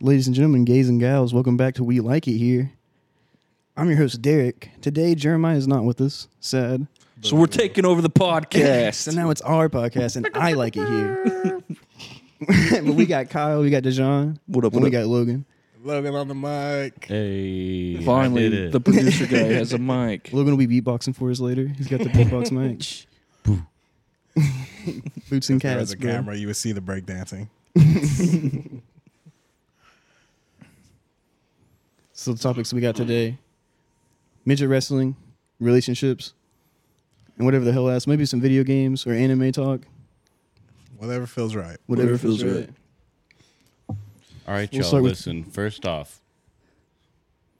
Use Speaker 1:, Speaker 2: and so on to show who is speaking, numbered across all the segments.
Speaker 1: Ladies and gentlemen, gays and gals, welcome back to We Like It Here. I'm your host, Derek. Today, Jeremiah is not with us. Sad.
Speaker 2: So we're taking over the
Speaker 1: So
Speaker 2: podcast.
Speaker 1: now it's our podcast, and I like it here. but we got Kyle, we got Dejan,
Speaker 2: What up,
Speaker 1: and
Speaker 2: what
Speaker 1: we
Speaker 2: up?
Speaker 1: got Logan.
Speaker 3: Logan on the mic.
Speaker 4: Hey, I did
Speaker 2: Finally,
Speaker 4: it.
Speaker 2: the producer guy has a mic.
Speaker 1: Logan will be beatboxing for us later. He's got the beatbox mic. Boots and
Speaker 3: There
Speaker 1: cats,
Speaker 3: was a
Speaker 1: bro.
Speaker 3: camera, you would see the breakdancing.
Speaker 1: So the topics we got today: midget wrestling, relationships, and whatever the hell else. Maybe some video games or anime talk.
Speaker 3: Whatever feels right.
Speaker 1: Whatever, feels right.
Speaker 4: All right,
Speaker 1: We'll
Speaker 4: y'all.
Speaker 1: start with-
Speaker 4: listen. First off,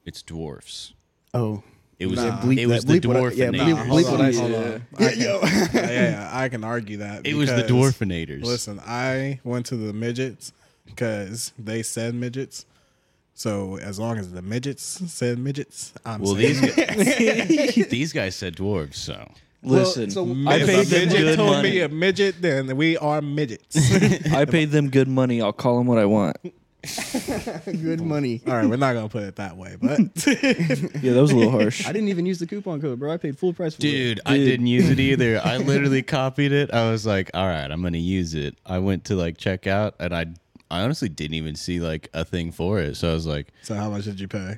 Speaker 4: it's dwarfs.
Speaker 1: Oh,
Speaker 4: It was
Speaker 3: Nah.
Speaker 1: Bleep
Speaker 4: it was
Speaker 1: that-
Speaker 4: the
Speaker 1: bleep what I- yeah,
Speaker 4: dwarfinators.
Speaker 1: bleep-
Speaker 3: Nah,
Speaker 1: bleep
Speaker 3: hold
Speaker 1: what
Speaker 3: on,
Speaker 1: I
Speaker 3: hold
Speaker 1: said.
Speaker 3: on.
Speaker 1: Yeah.
Speaker 3: I can- yeah, yeah, I can argue that.
Speaker 4: it was the
Speaker 3: because-
Speaker 4: dwarfinators.
Speaker 3: Listen, I went to the midgets because they said midgets. So as long as the midgets said midgets, I'm
Speaker 4: well,
Speaker 3: saying
Speaker 4: these guys, these guys said dwarves, so
Speaker 2: Listen, I
Speaker 3: If
Speaker 2: paid
Speaker 3: a
Speaker 2: them
Speaker 3: midget
Speaker 2: good
Speaker 3: told me a
Speaker 2: money.
Speaker 3: midget, then we are midgets.
Speaker 2: I paid them good money. I'll call them what I want.
Speaker 1: Good money.
Speaker 3: All right, we're not gonna put it that way, but
Speaker 2: Yeah, that was a little harsh.
Speaker 1: I didn't even use the coupon code, bro. I paid full price for it.
Speaker 4: Dude, I didn't use it either. I literally copied it. I was like, all right, I'm gonna use it. I went to like check out, and I I honestly didn't even see like a thing for it. So I was like,
Speaker 3: so how much did you pay?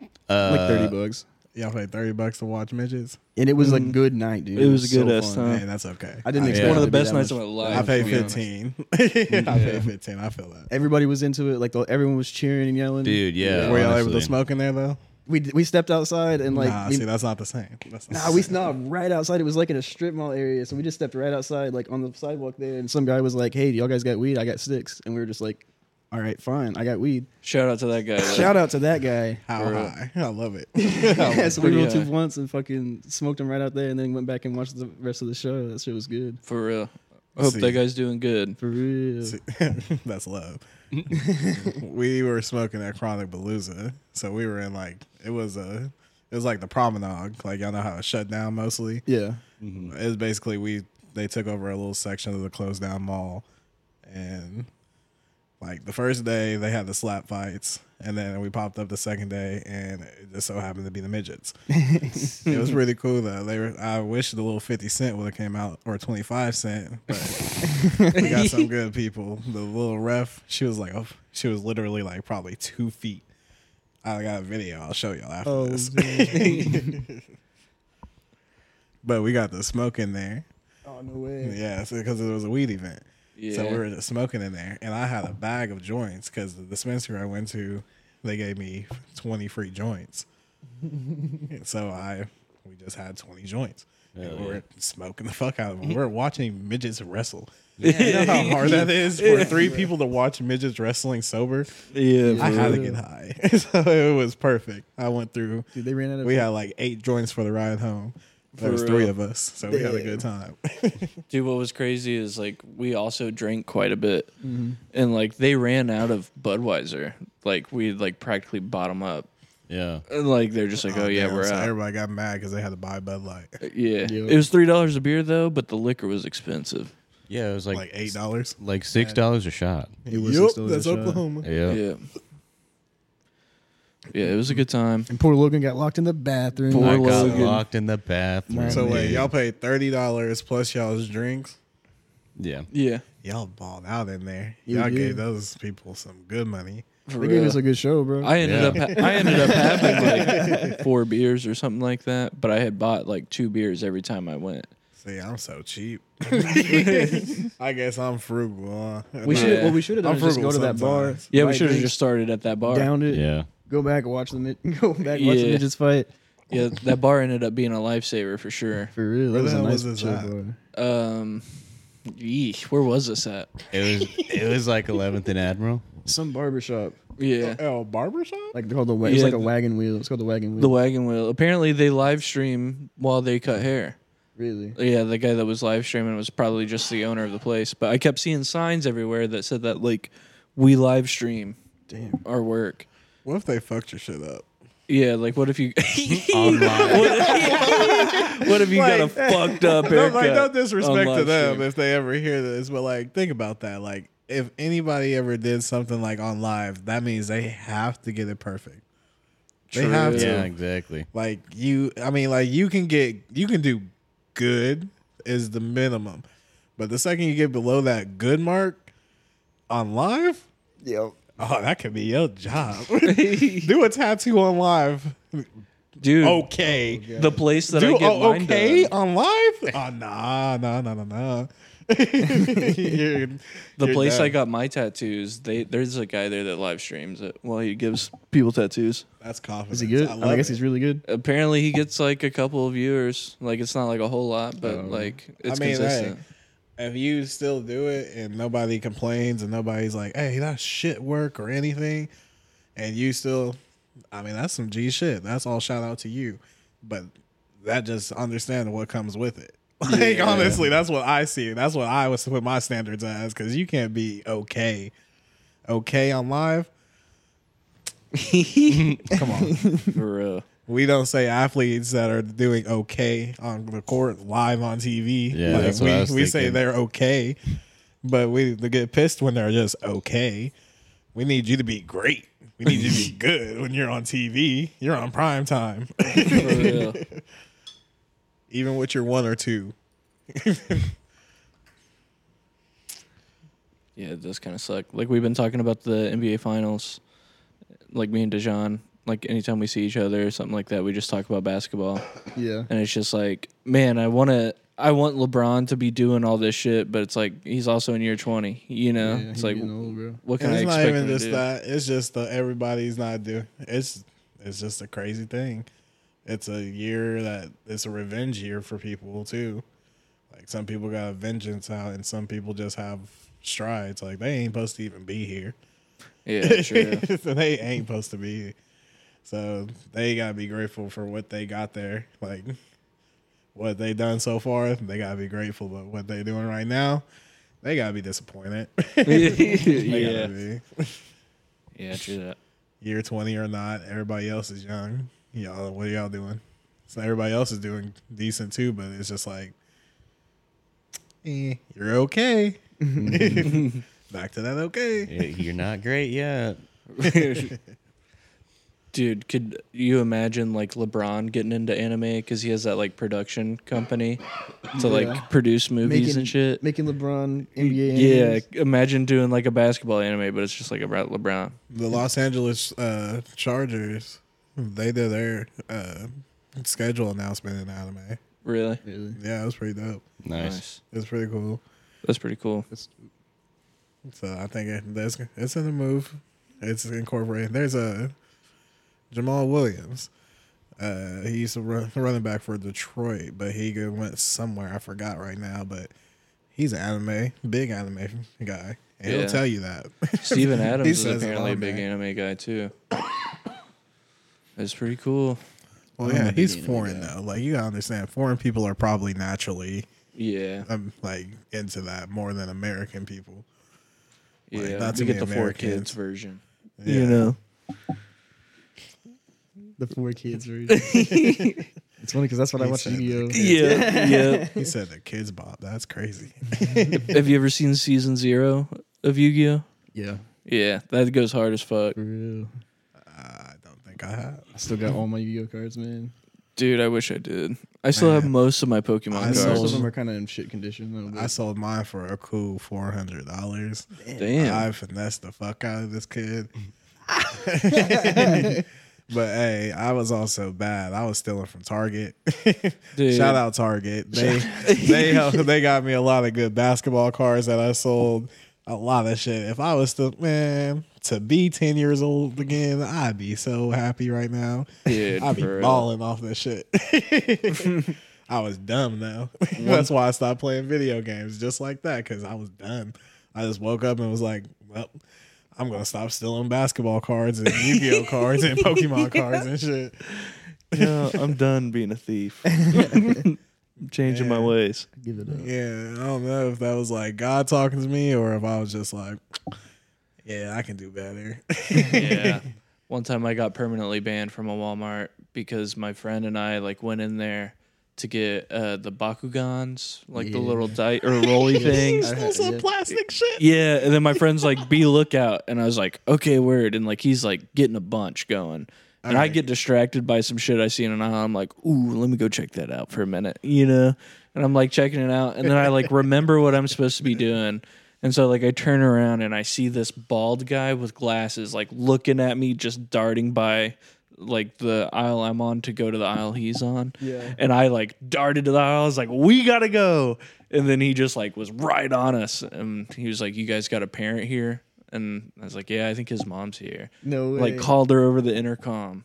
Speaker 1: like thirty bucks, Mm.
Speaker 3: Y'all paid thirty bucks to watch midgets.
Speaker 1: and it was a good night, dude.
Speaker 2: it was a good ass
Speaker 1: fun.
Speaker 2: time.
Speaker 3: Hey, that's okay.
Speaker 1: I didn't
Speaker 3: I-
Speaker 1: expect
Speaker 2: One of
Speaker 1: it to
Speaker 2: the
Speaker 1: be
Speaker 2: best
Speaker 1: that
Speaker 2: nights of
Speaker 1: much.
Speaker 2: my life.
Speaker 3: I
Speaker 2: to
Speaker 3: paid
Speaker 2: be honest.
Speaker 3: fifteen. I paid fifteen. I feel that.
Speaker 1: Everybody was into it. Like the, everyone was cheering and yelling.
Speaker 4: dude, yeah.
Speaker 3: Were y'all able
Speaker 4: honestly.
Speaker 3: to smoke in there though?
Speaker 1: we we stepped outside and like
Speaker 3: nah,
Speaker 1: we,
Speaker 3: see, that's not the same. That's not
Speaker 1: Nah,
Speaker 3: the
Speaker 1: we
Speaker 3: same.
Speaker 1: nah, right outside. It was like in a strip mall area, so we just stepped right outside, like on the sidewalk there. And some guy was like, "Hey, y'all guys got weed? I got sticks." And we were just like, "All right, fine, I got weed."
Speaker 2: Shout out to that guy. Like,
Speaker 1: Shout out to that guy.
Speaker 3: How high? I love it.
Speaker 1: yeah, so we
Speaker 2: pretty
Speaker 1: rolled two
Speaker 2: high.
Speaker 1: blunts and fucking smoked them right out there, and then went back and watched the rest of the show. That shit was good
Speaker 2: for real. I hope
Speaker 3: See.
Speaker 2: that guy's doing good.
Speaker 1: for real.
Speaker 3: that's love. we were smoking at Chronic Palooza, so we were in like it was a it was like the promenade. Like y'all know how it's shut down mostly.
Speaker 1: Yeah,
Speaker 3: It was basically we they took over a little section of the closed down mall, and like the first day they had the slap fights, and then we popped up the second day, and it just so happened to be the midgets. it was really cool though. They were I wish the little fifty cent would have came out or twenty five cent, but we got some good people. The little ref, she was like, oh, she was literally like probably two feet. I got a video. I'll show y'all after
Speaker 1: Oh,
Speaker 3: this. but we got the smoke in there.
Speaker 1: oh no way.
Speaker 3: Yeah, because it was a weed event.
Speaker 2: Yeah.
Speaker 3: So we were just smoking in there, and I had a bag of joints because the dispensary I went to, they gave me twenty free joints. And so I, we just had twenty joints. And
Speaker 4: Hell
Speaker 3: we were smoking the fuck out of them. We were watching midgets wrestle. You know how hard that is for three people to watch midgets wrestling sober.
Speaker 2: yeah.
Speaker 3: I
Speaker 2: for
Speaker 3: had to
Speaker 2: real.
Speaker 3: get high, so it was perfect. I went through.
Speaker 1: Dude, they ran out of.
Speaker 3: We had like eight joints for the ride home. There
Speaker 2: For
Speaker 3: was three
Speaker 2: real.
Speaker 3: of us, so we had a good time.
Speaker 2: Dude, what was crazy is like we also drank quite a bit, and like they ran out of Budweiser. Like we like practically bottom up,
Speaker 4: Yeah.
Speaker 2: and like they're just like, oh, yeah,
Speaker 3: Damn,
Speaker 2: we're
Speaker 3: so
Speaker 2: out.
Speaker 3: Everybody got mad because they had to buy Bud Light,
Speaker 2: Yeah.
Speaker 1: Yeah.
Speaker 2: It was three dollars a beer though, but the liquor was expensive.
Speaker 4: Yeah, it was like
Speaker 3: like eight dollars.
Speaker 4: like six dollars a shot.
Speaker 1: It was
Speaker 3: Yup,
Speaker 1: six dollars a shot.
Speaker 4: Yeah.
Speaker 2: Yeah. Yeah, it was a good time.
Speaker 1: And poor Logan got locked in the bathroom.
Speaker 2: Poor
Speaker 4: I
Speaker 2: Or
Speaker 4: got
Speaker 2: Logan.
Speaker 4: locked in the bathroom.
Speaker 3: So wait,
Speaker 4: dude.
Speaker 3: y'all paid thirty dollars plus y'all's drinks.
Speaker 4: Yeah.
Speaker 2: Yeah.
Speaker 3: Y'all balled out in there.
Speaker 1: You
Speaker 3: y'all
Speaker 1: did.
Speaker 3: gave those people some good money.
Speaker 2: For
Speaker 1: They gave
Speaker 2: real.
Speaker 1: us a good show, bro.
Speaker 2: I ended
Speaker 4: Yeah.
Speaker 2: up ha- I ended up having like four beers or something like that, but I had bought like two beers every time I went.
Speaker 3: See, I'm so cheap. I guess I'm frugal. Huh?
Speaker 1: we
Speaker 2: Yeah.
Speaker 1: should. What we should have done
Speaker 3: I'm
Speaker 1: is just go
Speaker 3: frugal
Speaker 1: to that bar.
Speaker 3: sometimes.
Speaker 2: Yeah, we
Speaker 1: buy
Speaker 2: should have
Speaker 1: drinks,
Speaker 2: just started at that bar.
Speaker 1: downed it.
Speaker 4: Yeah.
Speaker 1: Go back and watch the mid- go back and watch the
Speaker 2: Yeah.
Speaker 1: midgets fight.
Speaker 2: Yeah, that bar ended up being a lifesaver for sure.
Speaker 1: For real, that
Speaker 3: Where
Speaker 1: was
Speaker 3: the
Speaker 1: a
Speaker 3: hell
Speaker 1: nice
Speaker 3: was this
Speaker 1: chill
Speaker 3: at?
Speaker 1: bar.
Speaker 2: Um, yeesh, where was this at?
Speaker 4: It was it was like Eleventh and Admiral.
Speaker 1: Some barbershop,
Speaker 2: Yeah,
Speaker 3: Oh, barbershop?
Speaker 1: like called the wa- it's
Speaker 2: Yeah,
Speaker 1: like a
Speaker 2: the-
Speaker 1: wagon wheel. It's called the wagon wheel.
Speaker 2: the wagon wheel. Apparently, they live stream while they cut hair.
Speaker 1: really?
Speaker 2: Yeah, the guy that was live streaming was probably just the owner of the place. But I kept seeing signs everywhere that said that like we live stream
Speaker 1: Damn.
Speaker 2: our work.
Speaker 3: What if they fucked your shit up?
Speaker 2: Yeah, like what if you
Speaker 4: Online.
Speaker 2: what if you got a fucked up
Speaker 3: No,
Speaker 2: haircut?
Speaker 3: like no disrespect
Speaker 2: on
Speaker 3: to
Speaker 2: live
Speaker 3: them
Speaker 2: stream?
Speaker 3: if they ever hear this, but like think about that. Like if anybody ever did something like on live, that means they have to get it perfect. They
Speaker 2: True.
Speaker 3: have to.
Speaker 4: Yeah, exactly.
Speaker 3: Like you, I mean, like you can get, you can do good is the minimum, but the second you get below that good mark on live,
Speaker 1: Yep.
Speaker 3: oh, that could be your job. do a tattoo on live,
Speaker 2: dude.
Speaker 3: okay.
Speaker 2: the place that
Speaker 3: Oh. Do
Speaker 2: I get
Speaker 3: oh,
Speaker 2: mine
Speaker 3: okay
Speaker 2: done,
Speaker 3: on live? Oh nah, nah, nah, nah, nah. You're-
Speaker 2: the
Speaker 3: you're
Speaker 2: place I
Speaker 3: done.
Speaker 2: got my tattoos, they there's a guy there that live streams it. Well, he gives people tattoos.
Speaker 3: That's confidence.
Speaker 1: Is he good?
Speaker 3: I,
Speaker 1: I,
Speaker 3: love
Speaker 1: guess
Speaker 3: it.
Speaker 1: he's really good.
Speaker 2: Apparently, he gets like a couple of viewers. Like it's not like a whole lot, but like it's
Speaker 3: Oh. I mean,
Speaker 2: consistent.
Speaker 3: hey, if you still do it and nobody complains and nobody's like, "Hey, that's shit work" or anything, and you still, I mean, that's some G shit. That's all shout out to you, but that just understand what comes with it. Like honestly, that's what I see. That's what I was put my standards as because you can't be okay, okay on live. Come on.
Speaker 2: For real.
Speaker 3: We don't say athletes that are doing okay on the court live on TV.
Speaker 4: Yeah, that's
Speaker 3: we
Speaker 4: what I was
Speaker 3: we say
Speaker 4: thinking.
Speaker 3: they're okay, but we they get pissed when they're just okay. We need you to be great. We need you to be good when you're on TV. You're on prime time,
Speaker 2: For real.
Speaker 3: even with your one or two.
Speaker 2: Yeah, it does kind of suck. Like we've been talking about the NBA finals, like me and Dejan. Like anytime we see each other or something like that, we just talk about basketball,
Speaker 1: Yeah.
Speaker 2: and it's just like, man, I want to. I want LeBron to be doing all this shit, but it's like he's also in year twenty. You know,
Speaker 1: Yeah,
Speaker 2: it's
Speaker 1: he's
Speaker 2: like,
Speaker 1: getting old, bro.
Speaker 2: what can I
Speaker 3: And it's
Speaker 2: expect?
Speaker 3: not even
Speaker 2: him to
Speaker 3: just
Speaker 2: do?
Speaker 3: that. It's just the everybody's not doing. It's it's just a crazy thing. It's a year that it's a revenge year for people too. Like some people got a vengeance out, and some people just have strides. Like they ain't supposed to even be here.
Speaker 2: Yeah, true.
Speaker 3: so they ain't supposed to be. So they gotta be grateful for what they got there. Like what they done so far, they gotta be grateful. But what they doing right now, they gotta be disappointed. They gotta
Speaker 2: yeah,
Speaker 3: be.
Speaker 2: yeah, true that.
Speaker 3: year 20 or not, everybody else is young. Y'all, what are y'all doing? So everybody else is doing decent too, but it's just like, eh, you're okay. Back to that okay.
Speaker 4: Yeah, You're not great yet.
Speaker 2: Dude, could you imagine like LeBron getting into anime because he has that like production company to like
Speaker 1: Yeah.
Speaker 2: produce movies
Speaker 1: Making
Speaker 2: and shit?
Speaker 1: Making LeBron NBA.
Speaker 2: yeah,
Speaker 1: analyst.
Speaker 2: imagine doing like a basketball anime, but it's just like about LeBron.
Speaker 3: The Los Angeles uh, Chargers, they did their uh, schedule announcement in anime.
Speaker 2: Really?
Speaker 1: Really.
Speaker 3: Yeah, it was pretty dope.
Speaker 4: Nice.
Speaker 3: It's pretty cool.
Speaker 2: That's pretty cool.
Speaker 3: So I think it, that's it's in the move. It's incorporated. There's a Jamal Williams. Uh, he used to run running back for Detroit, but he go- went somewhere I forgot right now. But he's an anime, big anime guy. And
Speaker 2: Yeah.
Speaker 3: He'll tell you that.
Speaker 2: Steven Adams
Speaker 3: He
Speaker 2: is
Speaker 3: says it
Speaker 2: apparently
Speaker 3: all,
Speaker 2: a big
Speaker 3: man.
Speaker 2: anime guy too. That's pretty cool.
Speaker 3: Well,
Speaker 1: I'm a
Speaker 3: yeah,
Speaker 1: big
Speaker 3: he's
Speaker 1: anime
Speaker 3: foreign though. Like you gotta understand, foreign people are probably naturally
Speaker 2: Yeah,
Speaker 3: um, like into that more than American people.
Speaker 2: yeah.
Speaker 3: not
Speaker 2: we
Speaker 3: too
Speaker 2: get the
Speaker 3: many
Speaker 2: four kids
Speaker 3: Americans.
Speaker 2: version.
Speaker 3: Yeah.
Speaker 2: You know.
Speaker 1: The four kids. Right? it's funny because that's what I
Speaker 3: He
Speaker 1: watched
Speaker 3: said the
Speaker 1: Yu Gi
Speaker 2: Yeah, yeah.
Speaker 3: He said the kids bop. That's crazy.
Speaker 2: Have you ever seen season zero of Yu-Gi-Oh?
Speaker 1: Oh. Yeah.
Speaker 2: Yeah, that goes hard as fuck.
Speaker 1: For real.
Speaker 3: I don't think I have.
Speaker 1: I still got all my Yu Gi Oh cards, man.
Speaker 2: Dude, I wish I did. I still have
Speaker 3: Man.
Speaker 2: most of my Pokemon
Speaker 3: I
Speaker 1: And
Speaker 2: cards.
Speaker 1: Most
Speaker 3: sold
Speaker 1: of them are kind of in shit condition. Though,
Speaker 3: I
Speaker 1: but
Speaker 3: sold mine for a cool four hundred dollars.
Speaker 2: Damn.
Speaker 3: I finessed the fuck out of this kid. but hey, I was also bad. I was stealing from Target.
Speaker 2: Dude.
Speaker 3: Shout out Target. They they helped- they got me a lot of good basketball cards that I sold. A lot of shit. If I was still man to be ten years old again, I'd be so happy right now.
Speaker 2: Dude,
Speaker 3: I'd be
Speaker 2: for real.
Speaker 3: balling off that shit. I was dumb though. That's why I stopped playing video games just like that because I was done. I just woke up and was like, well, I'm gonna stop stealing basketball cards and Yu-Gi-Oh cards and Pokemon cards and shit.
Speaker 2: no, I'm done being a thief. Changing my ways.
Speaker 1: give it up.
Speaker 3: Yeah, I don't know if that was like God talking to me or if I was just like, yeah, I can do better.
Speaker 2: Yeah. One time I got permanently banned from a Walmart because my friend and I like went in there to get uh, the bakugans, like the little dice or roly things.
Speaker 3: Those
Speaker 1: yeah.
Speaker 3: little plastic shit.
Speaker 2: Yeah, and then my friend's like, "Be lookout," and I was like, "Okay, word." And like he's like getting a bunch going, and I get distracted by some shit I see in an aisle. I'm like, "Ooh, let me go check that out for a minute," you know. And I'm like checking it out, and then I like remember what I'm supposed to be doing, and so like I turn around and I see this bald guy with glasses like looking at me, just darting by. Like the aisle I'm on to go to the aisle he's on.
Speaker 1: Yeah.
Speaker 2: And I like darted to the aisle. I was like, we gotta go. And then he just like was right on us. And he was like, You guys got a parent here? And I was like, Yeah, I think his mom's here.
Speaker 1: No way.
Speaker 2: Like called her over the intercom.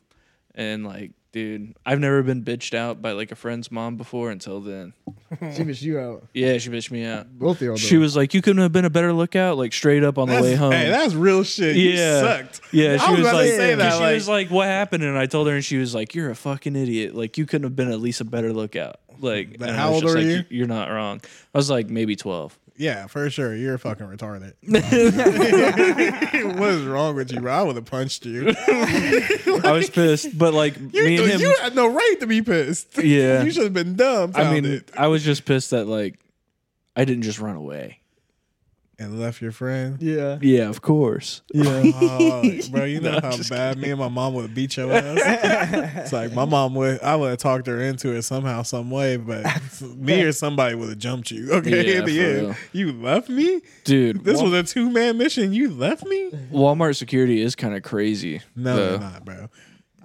Speaker 2: And like, dude, I've never been bitched out by like a friend's mom before until then.
Speaker 1: She bitched you out.
Speaker 2: Yeah, she bitched me out.
Speaker 1: Both of y'all.
Speaker 2: She was like, You couldn't have been a better lookout, like straight up on the
Speaker 3: That's,
Speaker 2: way home.
Speaker 3: Hey, that's real shit. You
Speaker 2: Yeah.
Speaker 3: sucked.
Speaker 2: Yeah,
Speaker 3: I
Speaker 2: she
Speaker 3: was,
Speaker 2: was,
Speaker 3: about
Speaker 2: like,
Speaker 3: to say that.
Speaker 2: she
Speaker 3: like,
Speaker 2: was like, "What happened?" And I told her, and she was like, "You're a fucking idiot. Like, you couldn't have been at least a better lookout." Like,
Speaker 3: But
Speaker 2: and I
Speaker 3: how
Speaker 2: was
Speaker 3: old
Speaker 2: just
Speaker 3: are
Speaker 2: like,
Speaker 3: you?
Speaker 2: "You- You're not wrong. I was like, maybe twelve.
Speaker 3: yeah, for sure. You're fucking retarded. what is wrong with you, bro? I would have punched you.
Speaker 2: I was pissed, but like
Speaker 3: You,
Speaker 2: me and him,
Speaker 3: you had no right to be pissed.
Speaker 2: Yeah.
Speaker 3: you should have been dumb.
Speaker 2: I mean, I was just pissed that like I didn't just run away.
Speaker 3: and left your friend.
Speaker 1: Yeah.
Speaker 2: Yeah, of course.
Speaker 1: Yeah.
Speaker 3: Oh, bro, you know how bad me and my mom would beat your ass. it's like my mom would. I would have talked her into it somehow, some way, but me or somebody would have jumped you. Okay,
Speaker 2: Yeah,
Speaker 3: in the
Speaker 2: for
Speaker 3: end,
Speaker 2: real.
Speaker 3: you left me.
Speaker 2: Dude,
Speaker 3: This
Speaker 2: Wa-
Speaker 3: was a two man mission. You left me.
Speaker 2: Walmart security is kind of crazy.
Speaker 3: No,
Speaker 2: though.
Speaker 3: they're not, bro.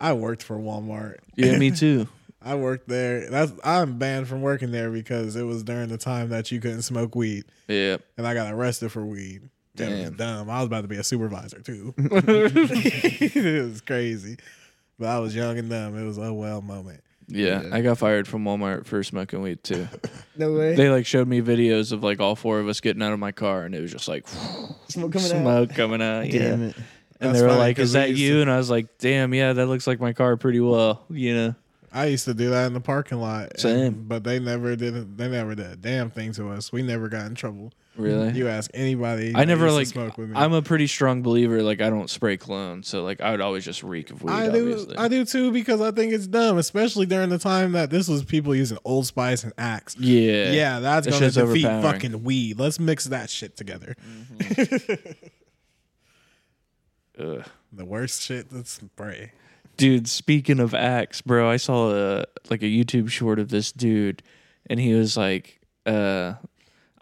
Speaker 3: I worked for Walmart.
Speaker 2: Yeah, me too.
Speaker 3: I worked there. That's I'm banned from working there because it was during the time that you couldn't smoke weed,
Speaker 2: Yeah.
Speaker 3: and I got arrested for weed. That was
Speaker 2: Damn.
Speaker 3: dumb. I was about to be a supervisor too. it was crazy, but I was young and dumb. It was a well moment.
Speaker 2: yeah, I got fired from Walmart for smoking weed too.
Speaker 1: No way.
Speaker 2: they like showed me videos of like all four of us getting out of my car, and it was just like.
Speaker 1: Smoke coming out.
Speaker 2: smoke coming out. Yeah.
Speaker 1: Damn it.
Speaker 2: And
Speaker 3: That's
Speaker 2: they were
Speaker 3: funny,
Speaker 2: like,
Speaker 3: 'cause
Speaker 2: "Is
Speaker 3: we
Speaker 2: that
Speaker 3: used
Speaker 2: you?"
Speaker 3: to-
Speaker 2: And I was like, "Damn, yeah, that looks like my car pretty well." You know.
Speaker 3: I used to do that in the parking lot, and-
Speaker 2: Same.
Speaker 3: but they never did. They never did a damn thing to us. We never got in trouble.
Speaker 2: Really.
Speaker 3: You ask anybody.
Speaker 2: I
Speaker 3: that
Speaker 2: never
Speaker 3: used to
Speaker 2: like.
Speaker 3: smoke with me.
Speaker 2: I'm a pretty strong believer. Like I don't spray cologne, so like I would always just reek of weed.
Speaker 3: I do,
Speaker 2: obviously.
Speaker 3: I do too, because I think it's dumb, especially during the time that this was people using Old Spice and Axe.
Speaker 2: Yeah.
Speaker 3: Yeah, that's
Speaker 2: That
Speaker 3: gonna
Speaker 2: shit's
Speaker 3: defeat
Speaker 2: overpowering. Mm-hmm.
Speaker 3: fucking weed. Let's mix that shit together.
Speaker 2: Ugh.
Speaker 3: The worst shit that's spray.
Speaker 2: Dude, speaking of axe, bro, I saw a like a YouTube short of this dude, and he was like, uh.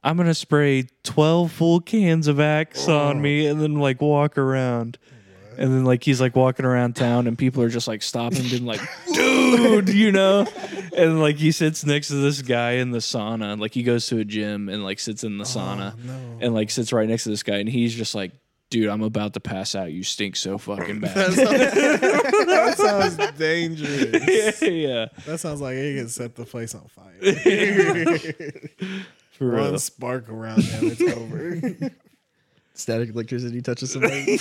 Speaker 2: I'm gonna spray twelve full cans of Axe on me, and then like walk around, and then like he's like walking around town, and people are just like stopping, being like, "Dude," you know, and like he sits next to this guy in the sauna, like he goes to a gym and like sits in the sauna, and like sits right next to this guy, and he's just like, "Dude, I'm about to pass out. You stink so fucking bad."
Speaker 3: That sounds dangerous.
Speaker 2: yeah,
Speaker 3: That sounds like it could set the place on fire.
Speaker 2: for real.
Speaker 3: One spark around them, it's over.
Speaker 1: Static electricity touches somebody.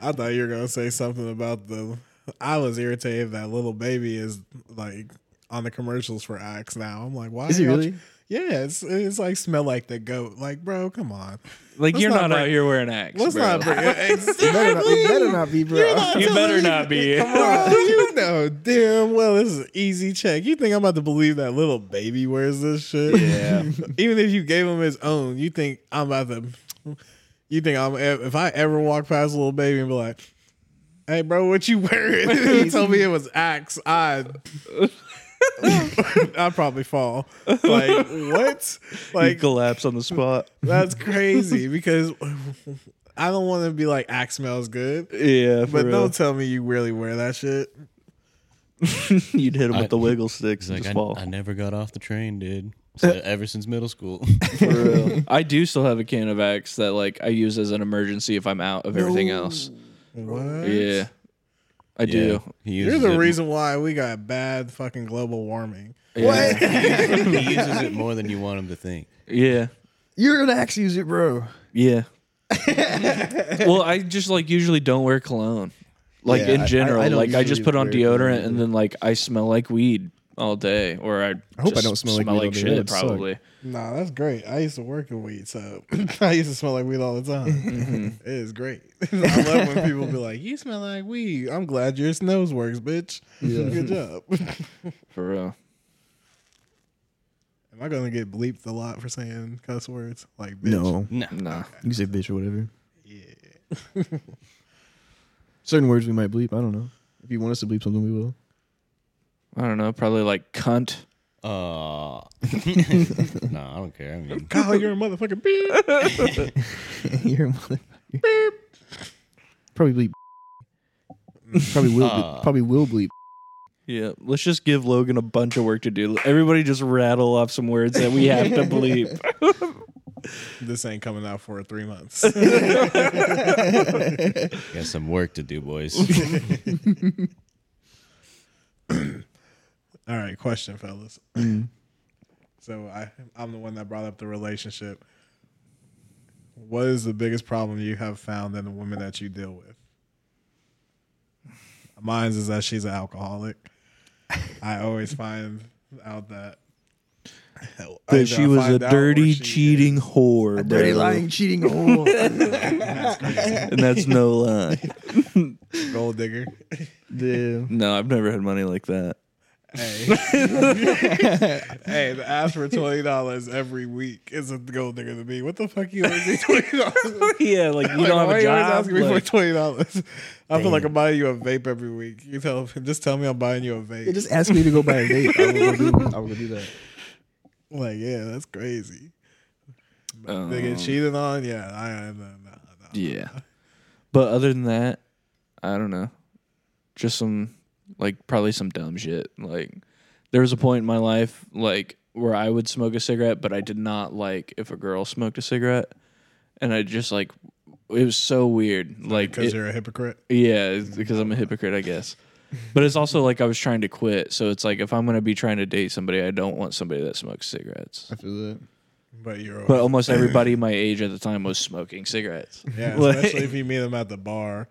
Speaker 3: I thought you were gonna say something about the. I was irritated that little baby is like on the commercials for Axe now. I'm like, why
Speaker 1: Is he
Speaker 3: y'all-
Speaker 1: really?
Speaker 3: Yeah, it's it's like smell like the goat. Like, bro, come on.
Speaker 2: Like
Speaker 3: Let's
Speaker 2: you're not,
Speaker 3: not bring-
Speaker 2: out here wearing Axe.
Speaker 3: Let's
Speaker 2: bro.
Speaker 3: not bring
Speaker 1: You better not, you better not be, bro.
Speaker 2: You better not be.
Speaker 3: Bro, you know damn well this is an easy check. You think I'm about to believe that little baby wears this shit? Yeah. Even if you gave him his own, you think I'm about to. You think I'm if I ever walk past a little baby and be like, "Hey, bro, what you wearing?" he told me it was Axe. I. I'd probably fall. Like what?
Speaker 2: You
Speaker 3: Like
Speaker 2: collapse on the spot.
Speaker 3: that's crazy because I don't want to be like Axe smells good.
Speaker 2: Yeah, for
Speaker 3: But
Speaker 2: real.
Speaker 3: don't tell me you really wear that shit.
Speaker 2: You'd hit him
Speaker 4: I-
Speaker 2: with the wiggle sticks
Speaker 4: It's
Speaker 2: and
Speaker 4: like
Speaker 2: just
Speaker 4: I,
Speaker 2: fall.
Speaker 4: I never got off the train, dude. So ever since middle school.
Speaker 2: for real. I do still have a can of Axe that like I use as an emergency if I'm out of everything else.
Speaker 3: What?
Speaker 2: Yeah, I do.
Speaker 4: He
Speaker 3: You're
Speaker 4: uses
Speaker 3: the
Speaker 4: it-
Speaker 3: reason why we got bad fucking global warming.
Speaker 2: Yeah.
Speaker 4: He uses it more than you want him to think.
Speaker 2: yeah,
Speaker 1: You're an axe user, bro.
Speaker 2: yeah. well, I just like usually don't wear cologne. Like
Speaker 1: Yeah, I- I-
Speaker 2: in general,
Speaker 1: I don't
Speaker 2: like I just
Speaker 1: usually
Speaker 2: put on
Speaker 1: wear cologne
Speaker 2: deodorant and then like I smell like weed all day, or I,
Speaker 1: I hope I
Speaker 2: just
Speaker 1: don't smell like weed all day. That
Speaker 2: shit
Speaker 1: would suck.
Speaker 2: probably.
Speaker 3: Nah, that's great. I used to work in weed, so I used to smell like weed all the time. It is great. I love when people be like, "You smell like weed." I'm glad your nose works, bitch. Good job.
Speaker 2: For real.
Speaker 3: Am I gonna get bleeped a lot for saying cuss words like bitch?
Speaker 1: No,
Speaker 4: No.
Speaker 2: Nah.
Speaker 1: you say bitch or whatever.
Speaker 3: Yeah.
Speaker 1: Certain words we might bleep. I don't know. If you want us to bleep something, we will.
Speaker 2: I don't know. Probably like cunt.
Speaker 4: Uh, no, I don't care. I mean,
Speaker 3: Kyle, you're a motherfucking bitch.
Speaker 1: You're a motherfucker. Probably bleep. probably will.
Speaker 4: Uh.
Speaker 1: bleep probably will bleep.
Speaker 2: Yeah. Let's just give Logan a bunch of work to do. Everybody just rattle off some words that we have to bleep.
Speaker 3: This ain't coming out for three months.
Speaker 4: got some work to do, boys.
Speaker 3: All right, question, fellas.
Speaker 2: Mm-hmm.
Speaker 3: So I, I'm the one that brought up the relationship. What is the biggest problem you have found in the woman that you deal with? Mine's is that she's an alcoholic. I always find out that either
Speaker 2: That she
Speaker 3: I
Speaker 2: was a
Speaker 3: find out or
Speaker 2: dirty,
Speaker 3: she
Speaker 2: cheating whore.
Speaker 1: Dirty
Speaker 2: bro.
Speaker 1: lying, cheating. Oh,
Speaker 2: And that's no lie.
Speaker 3: is a gold digger.
Speaker 1: damn.
Speaker 2: No, I've never had money like that.
Speaker 3: Hey, hey, to ask for twenty dollars every week is a gold digger to me. What the fuck you always need twenty dollars?
Speaker 2: yeah, like you
Speaker 3: Like,
Speaker 2: don't have
Speaker 3: why
Speaker 2: a
Speaker 3: you always
Speaker 2: job.
Speaker 3: asking me
Speaker 2: like-
Speaker 3: for twenty dollars? I feel like I'm buying you a vape every week. You tell just tell me I'm buying you a vape.
Speaker 1: They just asked me to go buy a date. I will go do, I will go do that.
Speaker 3: like yeah, that's crazy.
Speaker 2: Um,
Speaker 3: they get cheated on. Yeah, I, I no, no, no.
Speaker 2: yeah. But other than that, I don't know. Just some like probably some dumb shit. Like there was a point in my life like where I would smoke a cigarette, but I did not like if a girl smoked a cigarette, and I just like it was so weird. Like
Speaker 3: because
Speaker 2: it-
Speaker 3: you're a hypocrite.
Speaker 2: Yeah, it's because I'm a hypocrite, I guess. But it's also like I was trying to quit, so it's like if I'm gonna be trying to date somebody, I don't want somebody that smokes cigarettes.
Speaker 1: I feel that.
Speaker 3: But you're
Speaker 2: But almost everybody my age at the time was smoking cigarettes.
Speaker 3: yeah,
Speaker 2: like-
Speaker 3: especially if you meet them at the bar.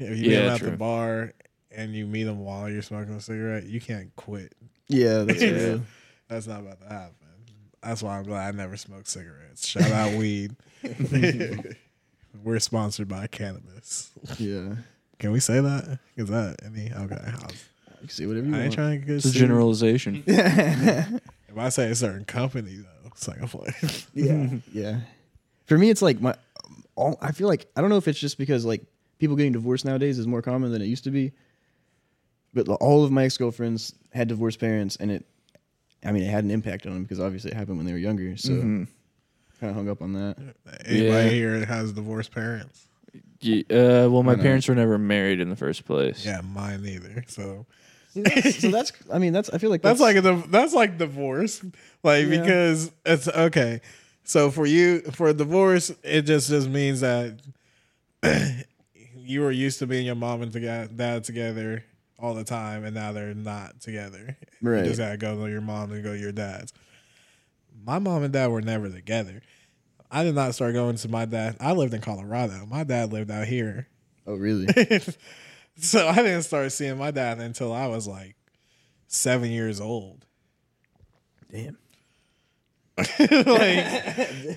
Speaker 3: If you meet
Speaker 2: Yeah,
Speaker 3: them at
Speaker 2: true.
Speaker 3: the bar and you meet them while you're smoking a cigarette, you can't quit.
Speaker 1: Yeah, that's
Speaker 2: Yeah.
Speaker 1: real.
Speaker 3: That's not about to happen. That's why I'm glad I never smoked cigarettes. Shout out weed. We're sponsored by cannabis.
Speaker 1: Yeah,
Speaker 3: Can we say that? Is that any? Okay. I, was-
Speaker 1: you can say whatever you
Speaker 3: I ain't
Speaker 1: want.
Speaker 3: trying to get
Speaker 2: It's a
Speaker 3: sued.
Speaker 2: generalization.
Speaker 3: If I say a certain company, though, it's like I'm like,
Speaker 1: yeah, yeah. For me, it's like my. All, I feel like I don't know if it's just because like people getting divorced nowadays is more common than it used to be, but like, all of my ex girlfriends had divorced parents, and it. I mean, it had an impact on them because obviously it happened when they were younger, so
Speaker 3: Mm-hmm.
Speaker 1: kind of hung up on that.
Speaker 3: anybody
Speaker 2: Yeah.
Speaker 3: here has divorced parents?
Speaker 2: Ye- Uh, well, my parents were never married in the first place.
Speaker 3: Yeah, mine neither. So
Speaker 1: See, that's, so that's. I mean, that's. I feel like
Speaker 3: that's like a div- that's like divorce, like
Speaker 1: Yeah.
Speaker 3: because it's okay. So for you, for a divorce, it just just means that you were used to being your mom and toge- dad together all the time, and now they're not together.
Speaker 1: Right.
Speaker 3: You just gotta go to your mom and go to your dad's. My mom and dad were never together. I did not start going to my dad. I lived in Colorado. My dad lived out here.
Speaker 1: Oh really?
Speaker 3: so I didn't start seeing my dad until I was like seven years old.
Speaker 1: Damn.
Speaker 3: like,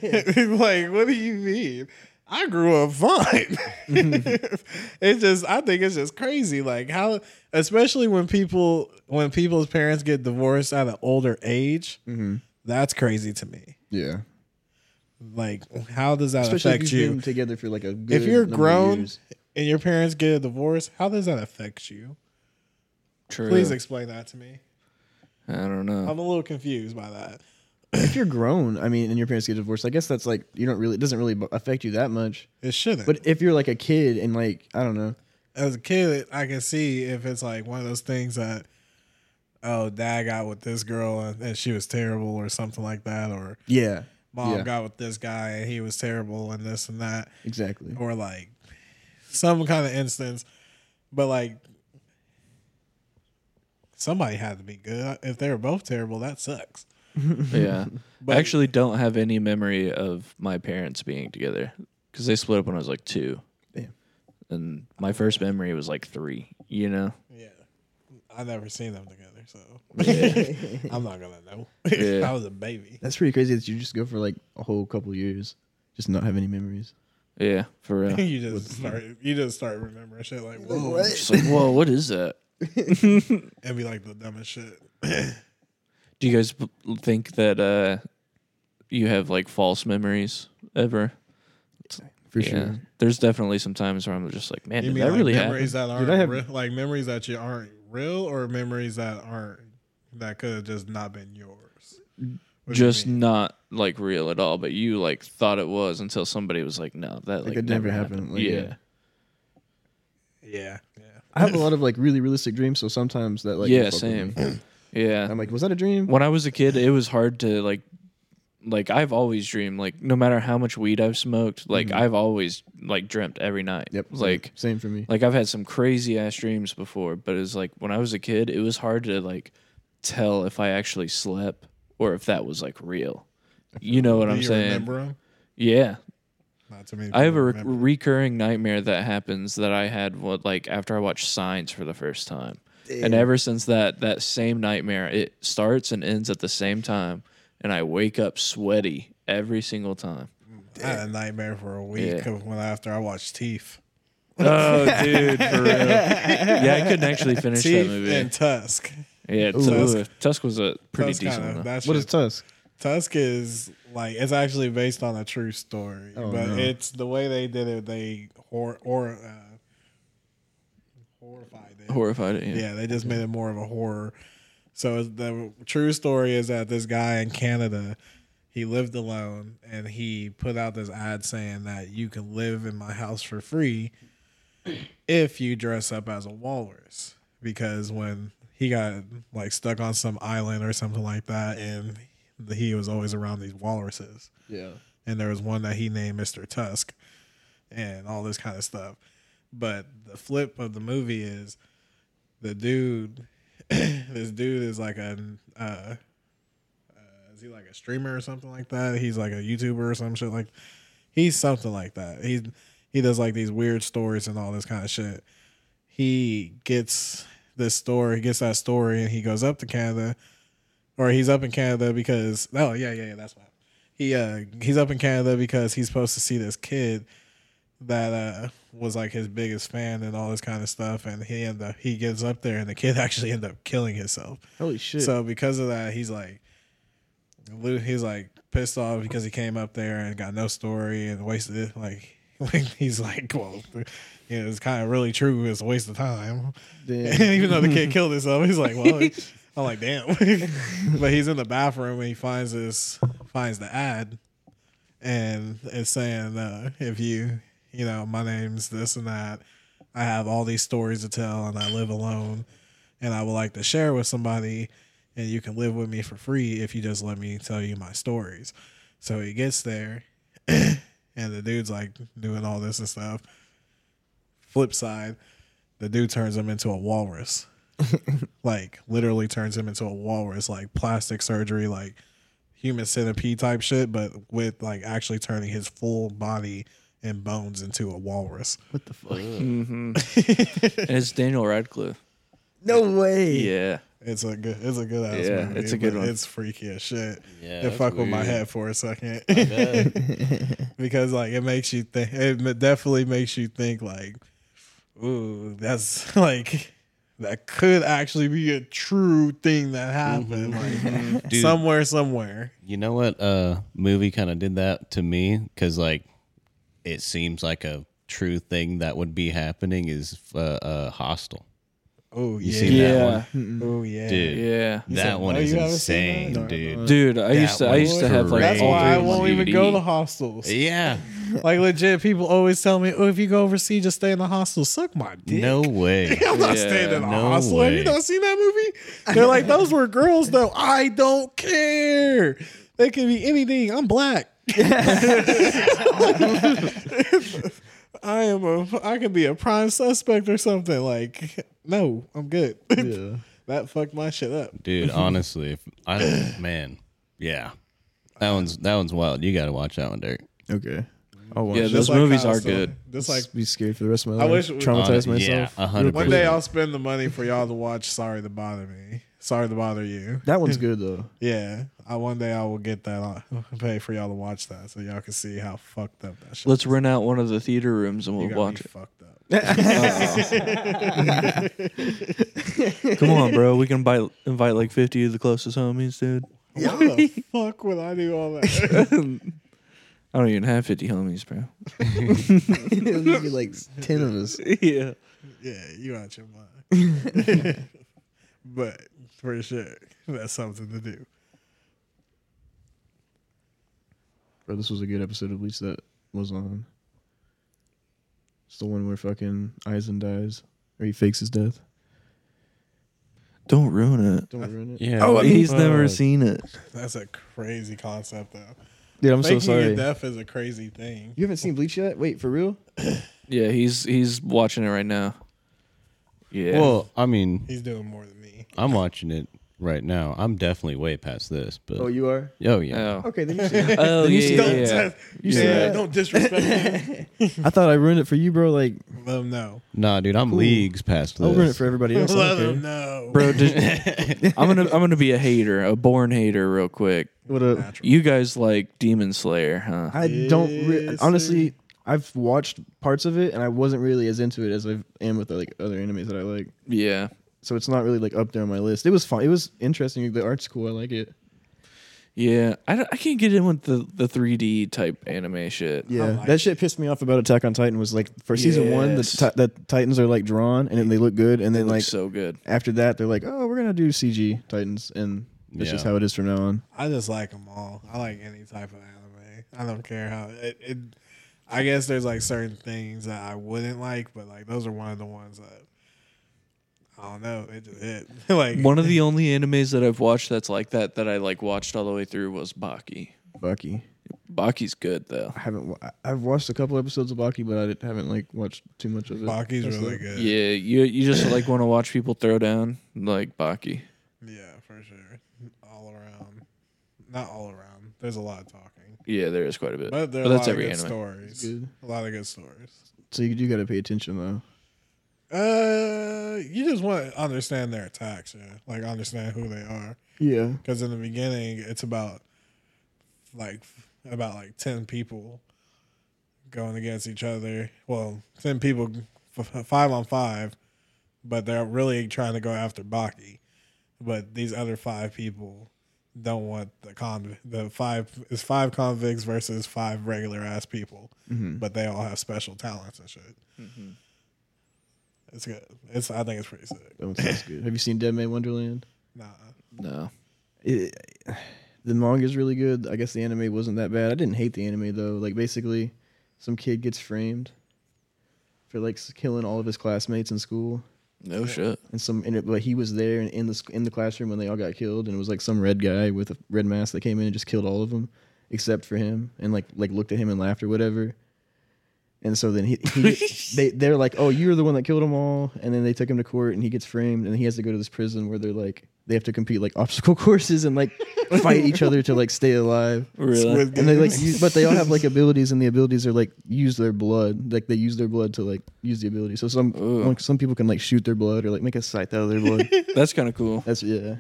Speaker 3: like, what do you mean? I grew up fine. it's just, I think it's just crazy. Like how, especially when people, when people's parents get divorced at an older age,
Speaker 1: Mm-hmm.
Speaker 3: that's crazy to me.
Speaker 1: Yeah.
Speaker 3: Like, how does that
Speaker 1: Especially
Speaker 3: affect
Speaker 1: if you've been
Speaker 3: you?
Speaker 1: together for like a. Good
Speaker 3: If you're
Speaker 1: number of
Speaker 3: grown
Speaker 1: years.
Speaker 3: and your parents get a divorce, how does that affect you?
Speaker 2: True.
Speaker 3: Please Um, explain that to me.
Speaker 2: I don't know.
Speaker 3: I'm a little confused by that.
Speaker 1: if you're grown, I mean, and your parents get divorced, I guess that's like you don't really. It doesn't really affect you that much.
Speaker 3: It shouldn't.
Speaker 1: But if you're like a kid and like I don't know,
Speaker 3: as a kid, I can see if it's like one of those things that, oh, dad got with this girl and, and she was terrible or something like that, or
Speaker 1: yeah,
Speaker 3: mom
Speaker 1: Yeah.
Speaker 3: got with this guy and he was terrible and this and that,
Speaker 1: exactly.
Speaker 3: or like some kind of instance. But like somebody had to be good. If they were both terrible, that sucks.
Speaker 2: Yeah. I actually don't have any memory of my parents being together because they split up when I was like two.
Speaker 1: Damn.
Speaker 2: And my first memory was like three, you know?
Speaker 3: Yeah. I never seen them together, so I'm not gonna know.
Speaker 2: Yeah.
Speaker 3: I was a baby.
Speaker 1: That's pretty crazy that you just go for like a whole couple years, just not have any memories.
Speaker 2: Yeah, for real.
Speaker 3: You just start. You just start remembering shit like whoa,
Speaker 2: Just like, whoa, what is that?
Speaker 3: and be like the dumbest shit.
Speaker 2: Do you guys b- think that uh, you have like false memories ever?
Speaker 1: for
Speaker 2: Yeah.
Speaker 1: sure.
Speaker 2: There's definitely some times where I'm just like, man,
Speaker 3: You
Speaker 2: did
Speaker 3: mean
Speaker 2: that
Speaker 3: like
Speaker 2: really happen?
Speaker 3: memories that aren't
Speaker 1: I have-
Speaker 3: real, like memories that you aren't real, or memories that aren't that could have just not been yours. What do you
Speaker 2: just
Speaker 3: mean?
Speaker 2: not like real at all, but you like thought it was until somebody was like, no, that like,
Speaker 1: it
Speaker 2: never,
Speaker 1: never
Speaker 2: happened.
Speaker 1: happened, like,
Speaker 2: yeah.
Speaker 1: yeah.
Speaker 3: yeah, yeah.
Speaker 1: I have a lot of like really realistic dreams, so sometimes that like
Speaker 2: yeah,
Speaker 1: fuck with me. Um,
Speaker 2: same. yeah.
Speaker 1: I'm like, was that a dream?
Speaker 2: When I was a kid, it was hard to like like I've always dreamed like no matter how much weed I've smoked, like I've always like dreamt every night.
Speaker 1: Yep. same-
Speaker 2: Like
Speaker 1: same for me.
Speaker 2: like I've had some crazy ass dreams before, but it's like when I was a kid, it was hard to like tell if I actually slept or if that was like real. You know what
Speaker 3: Do
Speaker 2: I'm
Speaker 3: you
Speaker 2: saying?
Speaker 3: remember 'em?
Speaker 2: Yeah.
Speaker 3: Not too many.
Speaker 2: I have a
Speaker 3: people
Speaker 2: re-
Speaker 3: remember.
Speaker 2: recurring nightmare that happens that I had what like after I watched Signs for the first time, and ever since that that same nightmare it starts and ends at the same time, and I wake up sweaty every single time.
Speaker 3: I had a nightmare for a week
Speaker 2: Yeah.
Speaker 3: of when after I watched Teeth,
Speaker 2: Oh, dude, for real. Yeah, I couldn't actually finish that
Speaker 3: Teeth
Speaker 2: movie.
Speaker 3: and Tusk.
Speaker 2: yeah, Tu-
Speaker 3: Tusk.
Speaker 2: Tusk was a pretty
Speaker 3: Tusk
Speaker 2: decent
Speaker 3: kinda-
Speaker 2: one. though.
Speaker 3: that
Speaker 1: What is
Speaker 3: shit-
Speaker 1: Tusk?
Speaker 3: Tusk is like it's actually based on a true story,
Speaker 1: Oh,
Speaker 3: but it's the way they did it. They hor- or uh, horrified it.
Speaker 2: Horrified. Yeah.
Speaker 3: Yeah, they just made it more of a horror. So it's- the true story is that this guy in Canada, he lived alone and he put out this ad saying that you can live in my house for free if you dress up as a walrus. Because when he got like stuck on some island or something like that, and he was always around these walruses
Speaker 1: Yeah.
Speaker 3: and there was one that he named Mr. Tusk and all this kind of stuff. But the flip of the movie is the dude, this dude is like a, uh, uh, is he like a streamer or something like that? He's like a YouTuber or some shit like, he's something like that. He, he does like these weird stories and all this kind of shit. He gets this story, he gets that story, and he goes up to Canada, or he's up in Canada because oh yeah yeah yeah that's what happened he uh he's up in Canada because he's supposed to see this kid that uh was like his biggest fan and all this kind of stuff and he end up he gets up there and the kid actually end up killing himself.
Speaker 1: Holy shit.
Speaker 3: So because of that he's like lo- he's like pissed off because he came up there and got no story and wasted it like he's like well you know, it's kind of really true it's a waste of time
Speaker 1: Damn.
Speaker 3: and even though the kid killed himself, he's like, well, I'm like, damn. but he's in the bathroom and he finds this, finds the ad, and it's saying, uh, if you, you know, my name's this and that. I have all these stories to tell, and I live alone, and I would like to share with somebody, and you can live with me for free if you just let me tell you my stories. So he gets there, and the dude's like doing all this and stuff. Flip side, the dude turns him into a walrus. like literally turns him into a walrus, like plastic surgery, like human centipede type shit, but with like actually turning his full body and bones into a walrus.
Speaker 2: And it's Daniel Radcliffe.
Speaker 1: no way.
Speaker 2: Yeah.
Speaker 3: It's a good it's a good ass
Speaker 2: Yeah,
Speaker 3: movie.
Speaker 2: it's a good
Speaker 3: but
Speaker 2: one.
Speaker 3: It's freaky as shit.
Speaker 4: Yeah,
Speaker 3: It
Speaker 4: that's
Speaker 3: fuck with my
Speaker 4: weird.
Speaker 3: head for a second. because like it makes you think it ma- definitely makes you think like, ooh, that's like that could actually be a true thing that happened. Like
Speaker 4: Mm-hmm. Dude.
Speaker 3: somewhere, somewhere.
Speaker 4: You know what uh movie kind of did that to me cuz like it seems like a true thing that would be happening is uh, uh hostile.
Speaker 3: Oh
Speaker 4: You
Speaker 3: yeah.
Speaker 4: seen that
Speaker 2: Yeah.
Speaker 3: Oh yeah.
Speaker 4: Dude.
Speaker 2: Yeah.
Speaker 4: that
Speaker 3: said,
Speaker 4: one
Speaker 3: "No,
Speaker 4: is
Speaker 3: you haven't seen that?"
Speaker 4: insane,
Speaker 1: No,
Speaker 4: dude.
Speaker 2: Dude, I
Speaker 4: That
Speaker 2: used to I
Speaker 4: one
Speaker 2: used to have like
Speaker 3: That's
Speaker 4: crazy.
Speaker 2: all
Speaker 3: why I
Speaker 2: three
Speaker 3: won't
Speaker 2: on
Speaker 3: even
Speaker 2: DVD.
Speaker 3: go to hostels.
Speaker 4: Yeah.
Speaker 3: Like legit, people always tell me, "Oh, if you go overseas, just stay in the hostel." Suck my dick.
Speaker 4: No way.
Speaker 3: I'm not
Speaker 2: Yeah,
Speaker 3: staying in a
Speaker 4: no
Speaker 3: hostel. Have you
Speaker 4: way.
Speaker 3: not seen that movie? They're like, those were girls, though. I don't care. They can be anything. I'm black. I am a. I could be a prime suspect or something. Like, no, I'm good.
Speaker 1: Yeah.
Speaker 3: that fucked my shit up.
Speaker 4: Dude, honestly, if I don't man. Yeah. That one's that one's wild. You got to watch that one, Derek.
Speaker 1: Okay.
Speaker 3: Oh,
Speaker 1: I'll watch.
Speaker 2: Yeah,
Speaker 1: it.
Speaker 2: those
Speaker 3: like
Speaker 2: movies
Speaker 3: how
Speaker 2: are
Speaker 3: it's done.
Speaker 2: good.
Speaker 3: Just like
Speaker 1: Just be scared for the rest of my
Speaker 3: I
Speaker 1: life.
Speaker 3: wish-
Speaker 1: traumatize
Speaker 4: Uh, yeah,
Speaker 1: myself.
Speaker 4: a hundred
Speaker 1: real
Speaker 4: percent.
Speaker 3: one day, I'll spend the money for y'all to watch. Sorry to bother me. Sorry to bother you.
Speaker 1: That one's good though.
Speaker 3: Yeah, I one day I will get that on pay for y'all to watch that so y'all can see how fucked up that shit.
Speaker 2: Let's rent out one of the theater rooms and
Speaker 3: You
Speaker 2: we'll
Speaker 3: got
Speaker 2: watch
Speaker 3: me
Speaker 2: it.
Speaker 3: fucked up.
Speaker 2: Oh, Come on, bro. We can invite invite like fifty of the closest homies, dude.
Speaker 3: What the fuck would I do all that?
Speaker 2: I don't even have fifty homies, bro.
Speaker 1: It'll just be like ten of us.
Speaker 2: yeah.
Speaker 3: yeah, you out your mind. but for sure, that's something to do.
Speaker 1: Bro, this was a good episode of Bleach that was on. It's the one where fucking Aizen dies or he fakes his death.
Speaker 2: Don't ruin it.
Speaker 1: Don't ruin it.
Speaker 4: Yeah.
Speaker 3: Oh,
Speaker 2: He's never
Speaker 1: uh,
Speaker 2: seen it.
Speaker 3: That's a crazy concept, though.
Speaker 1: Dude, I'm
Speaker 3: Faking
Speaker 1: so sorry.
Speaker 3: your death is a crazy thing.
Speaker 1: You haven't seen Bleach yet? Wait, for real?
Speaker 2: Yeah, he's he's watching it right now. Yeah.
Speaker 4: Well, I mean,
Speaker 3: He's doing more than me.
Speaker 4: I'm watching it right now. I'm definitely way past this, but
Speaker 1: Oh,
Speaker 4: oh,
Speaker 1: you are?
Speaker 4: yeah.
Speaker 2: oh,
Speaker 1: Okay, then you see.
Speaker 2: oh
Speaker 1: Then you
Speaker 2: yeah,
Speaker 3: Don't,
Speaker 2: yeah, yeah.
Speaker 3: you
Speaker 1: Yeah.
Speaker 3: said don't disrespect me.
Speaker 1: I thought I ruined it for you, bro. Like,
Speaker 3: Let them know.
Speaker 4: Nah, dude, I'm leagues past this.
Speaker 1: I'll ruin it for everybody else. I don't care.
Speaker 3: Let them know.
Speaker 2: bro. did- I'm gonna I'm gonna be a hater, a born hater, real quick.
Speaker 1: What up?
Speaker 2: You guys like Demon Slayer, huh?
Speaker 1: I don't re-
Speaker 3: Yes,
Speaker 1: honestly. I've watched parts of it, and I wasn't really as into it as I am with the, like other animes that I like.
Speaker 2: yeah,
Speaker 1: So it's not really like up there on my list. It was fun. It was interesting. The art's cool. I like it.
Speaker 2: yeah. I, don't- I can't get in with the the 3D type anime shit.
Speaker 1: Yeah,
Speaker 3: like
Speaker 1: that shit pissed me off about Attack on Titan. Was like for season one, the,
Speaker 2: Yes.
Speaker 1: ti- the Titans are like drawn, and then they look good, and then
Speaker 2: like
Speaker 1: like
Speaker 2: so good.
Speaker 1: after that, they're like, oh, we're gonna do CG Titans, and that's just
Speaker 4: Yeah.
Speaker 1: how it is from now on.
Speaker 3: I just like them all. I like any type of anime. I don't care how it. it I guess there's like certain things that I wouldn't like, but like those are one of the ones that I don't know. It just hit. like
Speaker 2: One of the only animes that I've watched that's like that that I like watched all the way through was Baki.
Speaker 1: Baki,
Speaker 2: Baki's good though.
Speaker 1: I haven't. Wa- I- I've watched a couple episodes of Baki, but I didn't- haven't like watched too much of it.
Speaker 3: Baki's
Speaker 1: That's
Speaker 3: really
Speaker 1: it.
Speaker 3: good.
Speaker 2: Yeah, you you just like want to watch people throw down like Baki.
Speaker 3: Yeah, for sure. All around, not all around. There's a lot of talking,
Speaker 2: Yeah, there is quite a bit.
Speaker 3: but
Speaker 2: But,
Speaker 3: there are a
Speaker 2: that's
Speaker 3: lot of
Speaker 2: every
Speaker 3: good
Speaker 2: anime.
Speaker 3: stories.
Speaker 1: Good.
Speaker 3: A lot of good stories.
Speaker 1: So you do gotta pay attention though.
Speaker 3: Uh, you just want to understand their attacks, yeah. Like understand who they are.
Speaker 1: Yeah.
Speaker 3: because in the beginning it's about like about like 10 people going against each other well 10 people f- f- five on five but they're really trying to go after baki but these other five people don't want the con the five is five convicts versus five regular ass people but they all have special talents and shit it's good it's i think it's pretty sick
Speaker 1: That one sounds good. Have you seen Dead Man Wonderland?
Speaker 3: nah
Speaker 2: No.
Speaker 1: It, the manga's really good. I guess the anime wasn't that bad. I didn't hate the anime though. Like basically, some kid gets framed for like s- killing all of his classmates in school,
Speaker 2: No shit.
Speaker 1: and some and it, but he was there and in the sc- in the classroom when they all got killed, and it was like some red guy with a red mask that came in and just killed all of them except for him, and like like looked at him and laughed or whatever. And so then he, he they they're like, "Oh, you're the one that killed them all." And then they took him to court, and he gets framed, and he has to go to this prison where they're like they have to compete like obstacle courses and like fight each other to like stay alive.
Speaker 2: Really?
Speaker 1: And they like, use, but they all have like abilities, and the abilities are like use their blood, like they use their blood to like use the ability. So some like, some people can like shoot their blood or like make a scythe out of their blood.
Speaker 2: That's kind of cool. Have
Speaker 1: That's yeah,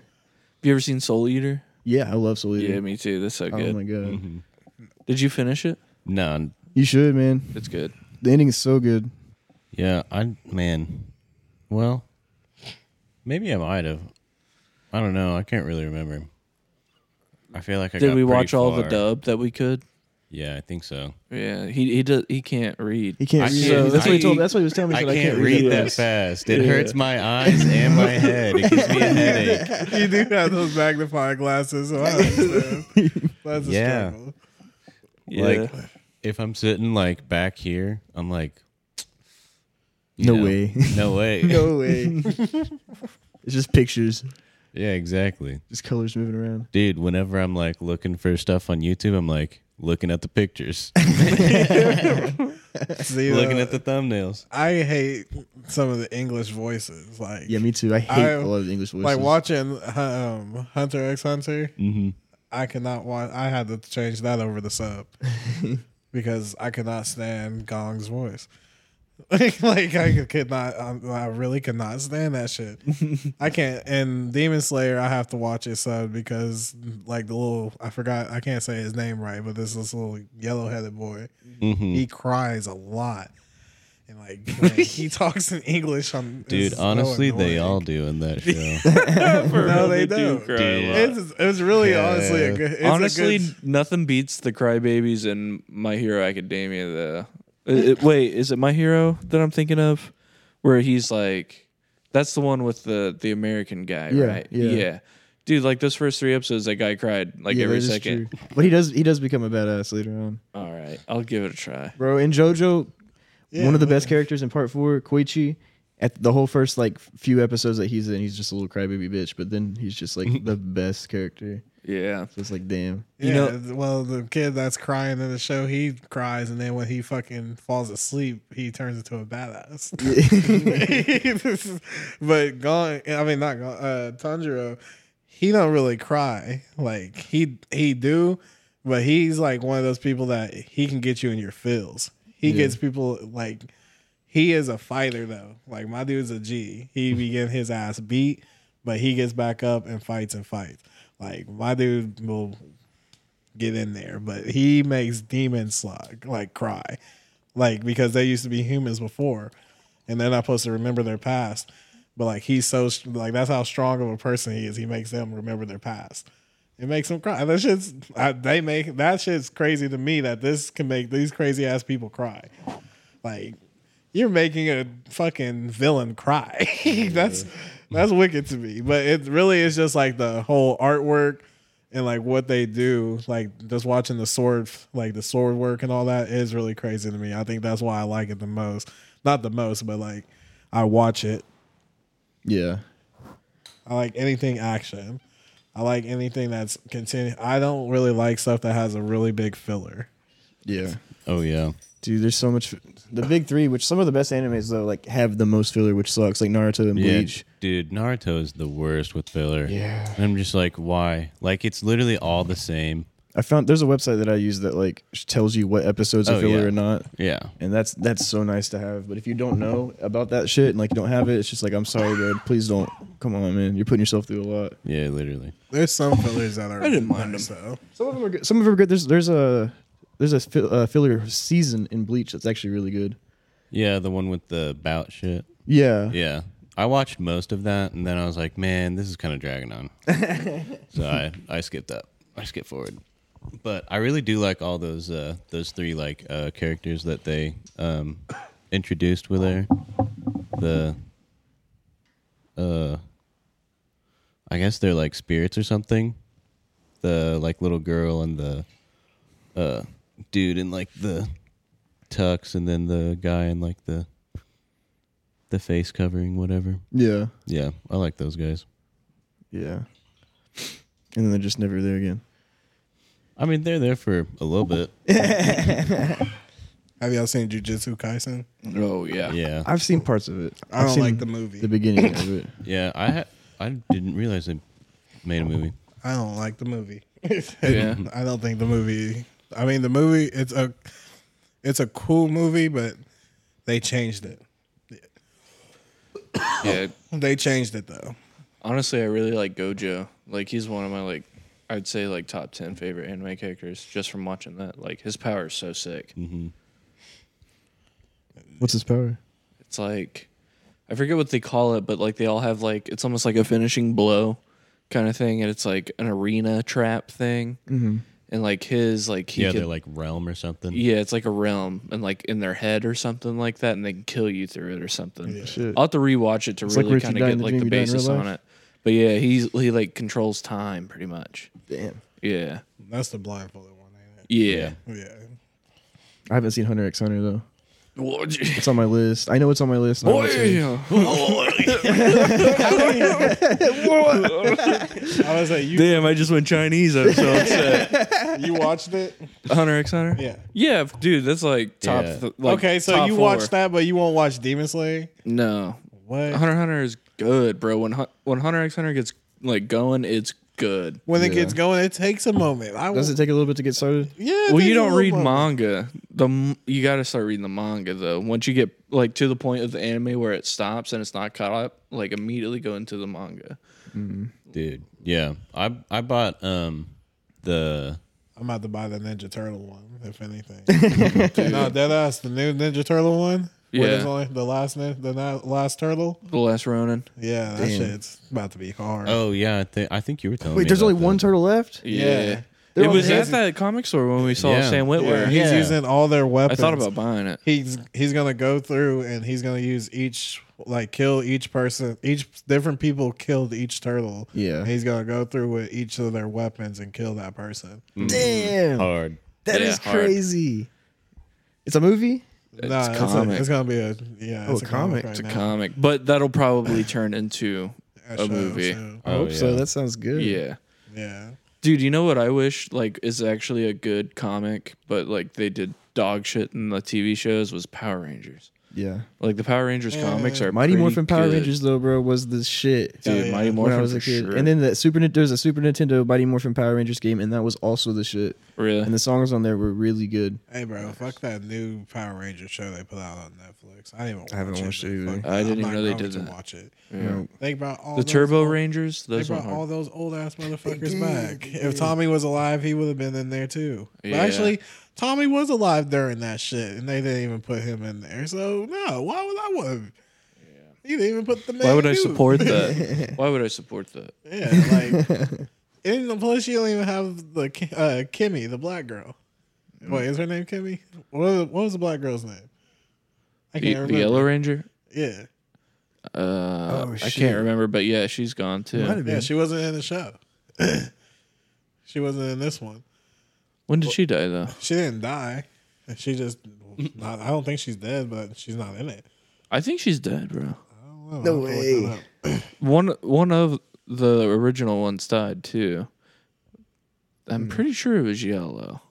Speaker 2: you ever seen Soul Eater?
Speaker 1: yeah. I love Soul Eater.
Speaker 2: Yeah, me too. That's so
Speaker 1: oh
Speaker 2: good.
Speaker 1: my god,
Speaker 4: Mm-hmm.
Speaker 2: Did you finish it?
Speaker 4: No,
Speaker 1: you should man.
Speaker 2: It's good.
Speaker 1: The ending is so good.
Speaker 4: yeah, I man, well, maybe I might have. I don't know. I can't really remember. I feel like I
Speaker 2: Did
Speaker 4: got
Speaker 2: we
Speaker 4: pretty
Speaker 2: watch all the
Speaker 4: far.
Speaker 2: dub that we could?
Speaker 4: Yeah, I think so.
Speaker 2: Yeah, he he does. He can't read.
Speaker 1: He can't.
Speaker 4: I
Speaker 1: read.
Speaker 4: can't-
Speaker 1: that's what he
Speaker 4: I-
Speaker 1: told. That's what he was telling me.
Speaker 4: I
Speaker 1: he
Speaker 4: can't,
Speaker 1: said,
Speaker 4: read,
Speaker 1: it.
Speaker 4: that fast. It hurts my eyes and my head. It gives me a headache.
Speaker 3: you do have those magnifying glasses, so I understand. That's a
Speaker 4: Yeah.
Speaker 3: struggle.
Speaker 2: yeah.
Speaker 4: Like if I'm sitting like back here, I'm like, you
Speaker 1: No
Speaker 4: know,
Speaker 1: way.
Speaker 4: no way.
Speaker 1: No way. it's just pictures,
Speaker 4: Yeah, exactly,
Speaker 1: just colors moving around.
Speaker 4: dude. Whenever I'm like looking for stuff on YouTube, I'm like looking at the pictures,
Speaker 3: See,
Speaker 4: looking
Speaker 3: uh,
Speaker 4: at the thumbnails.
Speaker 3: I hate some of the English voices. Like,
Speaker 1: Yeah, me too. I hate
Speaker 3: I-
Speaker 1: a lot of the English voices.
Speaker 3: like watching um, Hunter X Hunter.
Speaker 4: Mhm.
Speaker 3: I cannot watch. I had to change that over the sub because I could not stand Gong's voice. like I could- could not. um, I really could not stand that shit. I can't. And Demon Slayer, I have to watch it sub because like the little I forgot. I can't say his
Speaker 4: Mm-hmm.
Speaker 3: name right, but this this little yellow headed boy.
Speaker 4: Mhm.
Speaker 3: He cries a lot. and like like, he talks in English on. it's
Speaker 4: Dude,
Speaker 3: so
Speaker 4: honestly, they
Speaker 3: annoying.
Speaker 4: all do in that show.
Speaker 2: For
Speaker 3: No,
Speaker 2: real,
Speaker 3: they
Speaker 2: do
Speaker 3: don't.
Speaker 2: cry a
Speaker 4: Dude.
Speaker 2: lot.
Speaker 3: It's, it's really
Speaker 4: Yeah.
Speaker 3: honestly a good. It's a
Speaker 2: Honestly,
Speaker 3: good-
Speaker 2: nothing beats the crybabies in My Hero Academia. The wait, is it My Hero that I'm thinking of, where he's like, that's the one with the the American guy,
Speaker 1: Yeah,
Speaker 2: right?
Speaker 1: yeah.
Speaker 2: dude. Like those first three episodes, that guy cried like
Speaker 1: Yeah,
Speaker 2: every
Speaker 1: that is
Speaker 2: second.
Speaker 1: true. But he does he does become a badass later on,
Speaker 2: All right, I'll give it a try.
Speaker 1: bro. In JoJo,
Speaker 3: Yeah,
Speaker 1: one of the
Speaker 3: but-
Speaker 1: best characters in Part Four, Koichi. At the whole first like few episodes that he's in, he's just a little crybaby bitch. But then he's just like the best character.
Speaker 2: Yeah,
Speaker 1: So it's like, damn.
Speaker 2: You
Speaker 3: yeah,
Speaker 2: know-
Speaker 3: th- well, the kid that's crying in the show, he cries, and then when he fucking falls asleep, he turns into a badass. This is- but gone, I mean, not gone. Uh, Tanjiro, he don't really cry. Like he he do, but he's like one of those people that he can get you in your feels. He gets people like he is a fighter though. Like my dude's a G. He be getting his ass beat, but he gets back up and fights and fights. Like my dude will get in there, but he makes demon slug like cry, like because they used to be humans before, and they're not supposed to remember their past. But like he's so st- like that's how strong of a person he is. He makes them remember their past. It makes them cry. That shit's I, they make that shit's crazy to me that this can make these crazy ass people cry. Like you're making a fucking villain cry. that's that's wicked to me. But it really is just like the whole artwork and like what they do. Like just watching the sword, like the sword work and all that is really crazy to me. I think that's why I like it the most. Not the most, but like I watch it.
Speaker 1: Yeah.
Speaker 3: I like anything action. I like anything that's continue. I don't really like stuff that has a really big filler.
Speaker 1: Yeah.
Speaker 4: oh yeah.
Speaker 1: Dude, there's so much. The big three, which some of the best animes though, like have the most filler, which sucks. Like Naruto and
Speaker 4: Yeah,
Speaker 1: Bleach.
Speaker 4: dude, Naruto is the worst with filler.
Speaker 1: Yeah.
Speaker 4: I'm just like, why? Like, it's literally all the same.
Speaker 1: I found there's a website that I use that like sh- tells you what episodes are
Speaker 4: Oh,
Speaker 1: filler
Speaker 4: yeah.
Speaker 1: or not,
Speaker 4: Yeah.
Speaker 1: and that's that's so nice to have. But if you don't know about that shit and like you don't have it, it's just like I'm sorry, bro. Please don't. Come on, man. You're putting yourself through a lot.
Speaker 4: Yeah, literally.
Speaker 3: There's some fillers that are I
Speaker 2: didn't mind
Speaker 3: nice, though.
Speaker 1: Some of them are good. Some of them are good. There's there's a there's a fi- uh, filler season in Bleach that's actually really good.
Speaker 4: Yeah, the one with the bout shit.
Speaker 1: Yeah.
Speaker 4: Yeah. I watched most of that, and then I was like, man, this is kind of dragging on. so I, I skipped up. I skipped forward. But I really do like all those uh, those three like uh, characters that they um, introduced with her. The uh, I guess they're like spirits or something. The like little girl and the uh, dude in like the tux, and then the guy in like the the face covering, whatever.
Speaker 1: Yeah.
Speaker 4: Yeah, I like those guys.
Speaker 1: Yeah. And then they're just never there again.
Speaker 4: I mean, they're there for a little bit.
Speaker 3: Have y'all seen Jujutsu Kaisen?
Speaker 2: Oh yeah.
Speaker 4: Yeah,
Speaker 1: I've seen parts of it.
Speaker 3: I
Speaker 1: I've
Speaker 3: don't
Speaker 1: seen
Speaker 3: like the movie.
Speaker 1: the beginning of it.
Speaker 4: yeah. I ha- I didn't realize they made a movie.
Speaker 3: I don't like the movie.
Speaker 2: Yeah.
Speaker 3: I don't think the movie. I mean, the movie. It's a, it's a cool movie, but they changed it.
Speaker 2: yeah.
Speaker 3: They changed it though.
Speaker 2: Honestly, I really like Gojo. Like he's one of my like I'd say like top ten favorite anime characters just from watching that. Like his power is so sick.
Speaker 1: What's his power?
Speaker 2: It's like I forget what they call it, but like they all have like it's almost like a finishing blow kind of thing, and it's like an arena trap thing. Mm-hmm. And like his like he
Speaker 4: yeah,
Speaker 2: could-
Speaker 4: they're like Realm or something.
Speaker 2: yeah, it's like a realm and like in their head or something like that, and they can kill you through it or something.
Speaker 1: Shit.
Speaker 2: I'll have to rewatch it to
Speaker 1: It's like
Speaker 2: really
Speaker 1: Richie
Speaker 2: kind of
Speaker 1: died in
Speaker 2: get
Speaker 1: the
Speaker 2: like
Speaker 1: dream,
Speaker 2: the
Speaker 1: you died in
Speaker 2: basis
Speaker 1: real
Speaker 2: on
Speaker 1: life.
Speaker 2: it. But yeah, he's he like controls time pretty much.
Speaker 1: Damn.
Speaker 2: Yeah,
Speaker 3: That's the blindfolded one, ain't
Speaker 2: yeah.
Speaker 3: it? Yeah.
Speaker 1: I haven't seen Hunter X Hunter though.
Speaker 2: Well,
Speaker 1: It's on my list. I know it's on my list. and I want to.
Speaker 3: I was like, you
Speaker 2: Damn, I just went Chinese. I'm so upset.
Speaker 3: you watched it?
Speaker 2: Hunter X Hunter.
Speaker 3: Yeah.
Speaker 2: Yeah, f- dude, that's like top.
Speaker 4: Yeah.
Speaker 2: th- like,
Speaker 3: okay, so
Speaker 2: top
Speaker 3: you
Speaker 2: four.
Speaker 3: watched that, but you won't watch Demon Slayer.
Speaker 2: No,
Speaker 3: What?
Speaker 2: Hunter x Hunter is good, bro. When Hun- when Hunter X Hunter gets like going, it's good.
Speaker 3: When it
Speaker 1: Yeah.
Speaker 3: gets going, it takes a moment. I
Speaker 1: Does it take a little bit to get started?
Speaker 3: Yeah. it
Speaker 2: Well,
Speaker 3: takes
Speaker 2: you
Speaker 3: a
Speaker 2: don't
Speaker 3: little
Speaker 2: read
Speaker 3: moment.
Speaker 2: manga. The m- you got to start reading the manga though. Once you get like to the point of the anime where it stops and it's not caught up, like immediately go into the manga.
Speaker 4: dude. Yeah, I I bought um the
Speaker 3: I'm about to buy the Ninja Turtle one, if anything. no, deadass, the new Ninja Turtle one. What is
Speaker 2: Yeah.
Speaker 3: only the last na- the na- last turtle?
Speaker 2: The Last Ronin.
Speaker 3: Yeah, that
Speaker 1: Damn.
Speaker 3: shit's about to be hard.
Speaker 4: Oh yeah, I, thi- I think you were telling me.
Speaker 1: Wait, there's
Speaker 4: about
Speaker 1: only one
Speaker 4: that.
Speaker 1: turtle left.
Speaker 3: Yeah.
Speaker 1: They're
Speaker 2: It
Speaker 1: all
Speaker 2: was at
Speaker 1: hidden.
Speaker 2: that comic store when we saw
Speaker 4: Yeah.
Speaker 2: Sam
Speaker 3: yeah,
Speaker 2: Witwer.
Speaker 3: he's
Speaker 4: Yeah.
Speaker 3: using all their
Speaker 2: I
Speaker 3: weapons.
Speaker 2: thought about buying it.
Speaker 3: he's he's gonna go through and he's gonna use each like kill each person each different people killed each turtle
Speaker 1: Yeah.
Speaker 3: and he's gonna go through with each of their weapons and kill that person
Speaker 1: Damn,
Speaker 4: Oh, Hard.
Speaker 1: that
Speaker 2: Yeah,
Speaker 1: is
Speaker 2: hard.
Speaker 1: crazy. It's a movie.
Speaker 3: Nah, a-
Speaker 2: comic.
Speaker 3: it's gonna be a yeah
Speaker 1: Oh,
Speaker 3: it's a comic,
Speaker 1: comic.
Speaker 3: right
Speaker 2: It's a
Speaker 3: now.
Speaker 2: comic, but that'll probably turn into
Speaker 3: I
Speaker 2: a
Speaker 3: should-
Speaker 2: movie.
Speaker 3: should-
Speaker 1: I
Speaker 4: Oh,
Speaker 1: hope so.
Speaker 4: yeah.
Speaker 1: That sounds good.
Speaker 2: yeah.
Speaker 3: yeah
Speaker 2: Dude, you know what I wish like is actually a good comic, but like they did dog shit in the TV shows was Power Rangers.
Speaker 1: yeah.
Speaker 2: Like the Power Rangers
Speaker 3: Yeah.
Speaker 2: comics are
Speaker 1: Mighty
Speaker 2: pretty
Speaker 1: Morphin Power
Speaker 2: good.
Speaker 1: Rangers though, bro, was the shit.
Speaker 2: Dude,
Speaker 3: Oh, yeah.
Speaker 2: Mighty
Speaker 1: when
Speaker 3: When
Speaker 2: Morphin
Speaker 1: I was a
Speaker 2: for
Speaker 1: kid,
Speaker 2: sure.
Speaker 1: and then that Super Nin- there's a Super Nintendo Mighty Morphin Power Rangers game, and that was also the shit.
Speaker 2: really,
Speaker 1: And the songs on there were really good.
Speaker 3: hey bro fuck that new power ranger show they put out on netflix i didn't even
Speaker 1: I haven't
Speaker 3: watch
Speaker 1: watched
Speaker 3: it,
Speaker 1: it
Speaker 3: but
Speaker 1: either.
Speaker 2: I
Speaker 3: fuck that.
Speaker 2: didn't
Speaker 3: I'm
Speaker 2: even
Speaker 3: not
Speaker 2: know they
Speaker 3: going
Speaker 2: did
Speaker 3: to
Speaker 2: that.
Speaker 3: watch it
Speaker 2: Yeah.
Speaker 1: You know,
Speaker 3: they brought all
Speaker 2: the
Speaker 3: those
Speaker 2: Turbo
Speaker 3: old-
Speaker 2: Rangers,
Speaker 3: they
Speaker 2: those were
Speaker 3: brought all
Speaker 2: hard.
Speaker 3: those old ass motherfuckers
Speaker 1: did,
Speaker 3: back.
Speaker 1: they
Speaker 3: If Tommy was alive, he would have been in there too. But
Speaker 2: Yeah.
Speaker 3: Actually, Tommy was alive during that shit, and they didn't even put him in there. So no, why would I want? You didn't even put the man.
Speaker 2: Why would I
Speaker 3: dude.
Speaker 2: support that? Why would I support that?
Speaker 3: yeah, like and plus you don't even have the Ki- uh, Kimmy, the black girl. Wait, is her name Kimmy? What was, what was the black girl's name?
Speaker 2: The,
Speaker 3: I can't
Speaker 2: the
Speaker 3: remember.
Speaker 2: Yellow Ranger?
Speaker 3: Yeah,
Speaker 2: Uh,
Speaker 1: Oh,
Speaker 2: I
Speaker 1: shit.
Speaker 2: can't remember, but yeah, she's gone too.
Speaker 1: might have
Speaker 3: yeah,
Speaker 1: been.
Speaker 3: she wasn't in the show. she wasn't in this one.
Speaker 2: When did she die though?
Speaker 3: She didn't die. She just not. I don't think she's dead, but she's not in it.
Speaker 2: I think she's dead, bro.
Speaker 3: I don't know.
Speaker 1: No
Speaker 3: I'll have to look that
Speaker 1: way.
Speaker 3: up.
Speaker 2: One one of the original ones died too.
Speaker 3: Hmm.
Speaker 2: I'm pretty sure it was yellow.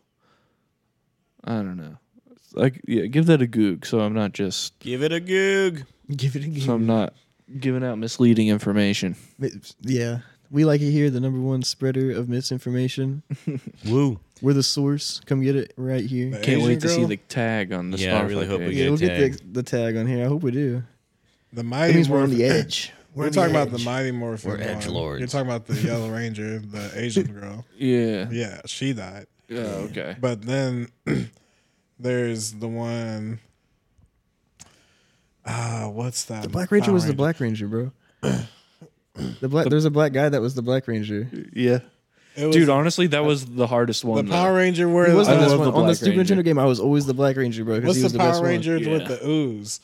Speaker 2: I don't know. It's Like yeah, give that a goog so I'm not just
Speaker 4: Give it a goog.
Speaker 1: Give it a
Speaker 2: so I'm not giving out misleading information.
Speaker 1: It's- Yeah. We like it here, the number one spreader of misinformation.
Speaker 4: Woo.
Speaker 1: We're the source. Come get it right here.
Speaker 3: The
Speaker 2: Can't
Speaker 3: Asian
Speaker 2: wait to see
Speaker 3: girl?
Speaker 2: the tag on the
Speaker 4: Yeah, I
Speaker 2: Spotify
Speaker 4: really hope we
Speaker 2: page.
Speaker 1: Yeah,
Speaker 4: a
Speaker 1: we'll get the,
Speaker 4: tag.
Speaker 1: the tag on here. I hope we do.
Speaker 3: The
Speaker 1: That
Speaker 3: Mighty
Speaker 1: means we're on
Speaker 3: Morphin.
Speaker 1: the edge.
Speaker 3: We're,
Speaker 1: on
Speaker 3: talking about
Speaker 1: edge.
Speaker 3: the Mighty Morphin.
Speaker 4: We're
Speaker 3: one.
Speaker 4: edgelords.
Speaker 3: You're talking about the Yellow Ranger, the Asian girl.
Speaker 2: Yeah.
Speaker 3: Yeah, she died.
Speaker 2: Yeah, okay.
Speaker 3: But then there's the one. Ah, what's that?
Speaker 1: The Black Ranger
Speaker 3: Power
Speaker 1: was the Black Ranger, bro. The black, there's a black guy that was the Black Ranger.
Speaker 2: Yeah.
Speaker 3: It was
Speaker 2: Dude, honestly, that was the hardest
Speaker 3: the
Speaker 2: one. though.
Speaker 3: Power Ranger where
Speaker 1: He was the
Speaker 2: I
Speaker 1: best
Speaker 2: love
Speaker 1: one
Speaker 2: the
Speaker 1: on the
Speaker 2: Black
Speaker 1: Super
Speaker 2: Ranger.
Speaker 1: Nintendo game. I was always the Black Ranger, bro. Because
Speaker 3: What's
Speaker 1: he
Speaker 3: the,
Speaker 1: was the,
Speaker 3: Power
Speaker 1: best
Speaker 3: Ranger
Speaker 2: Yeah.
Speaker 3: with the ooze?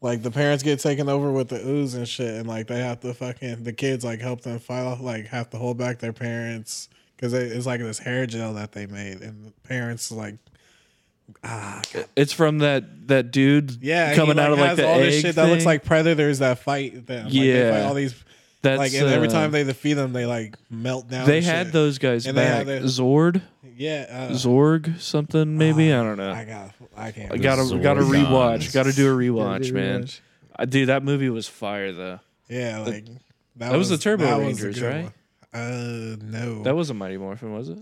Speaker 3: Like the parents get taken over with the ooze and shit, and like they have to fucking the kids like help them fight off, like have to hold back their parents because it's like this hair gel that they made, and the parents like ah,
Speaker 2: It's from that that dude
Speaker 3: yeah he,
Speaker 2: coming out of like
Speaker 3: has
Speaker 2: the
Speaker 3: all
Speaker 2: egg
Speaker 3: this shit that looks
Speaker 2: thing.
Speaker 3: like predators that fight them. Like, they
Speaker 2: Yeah.
Speaker 3: fight all these
Speaker 2: That's,
Speaker 3: like and every
Speaker 2: uh,
Speaker 3: time they defeat them, they like melt down.
Speaker 2: They
Speaker 3: and
Speaker 2: had
Speaker 3: shit.
Speaker 2: those guys
Speaker 3: And they
Speaker 2: back.
Speaker 3: had their-
Speaker 2: Zord,
Speaker 3: yeah. Uh,
Speaker 2: Zorg, something maybe. Ah, I don't
Speaker 3: I
Speaker 2: know.
Speaker 3: got I can't.
Speaker 2: I gotta
Speaker 4: Zorgons.
Speaker 2: gotta rewatch. Gotta do a
Speaker 1: Gotta
Speaker 2: rewatch,
Speaker 1: do a
Speaker 2: man.
Speaker 1: rewatch.
Speaker 2: I, dude, that movie was fire though.
Speaker 3: yeah like
Speaker 2: that was the Turbo
Speaker 3: that was a
Speaker 2: Rangers,
Speaker 3: good
Speaker 2: right?
Speaker 3: one. Uh no,
Speaker 2: That was a Mighty Morphin, was it?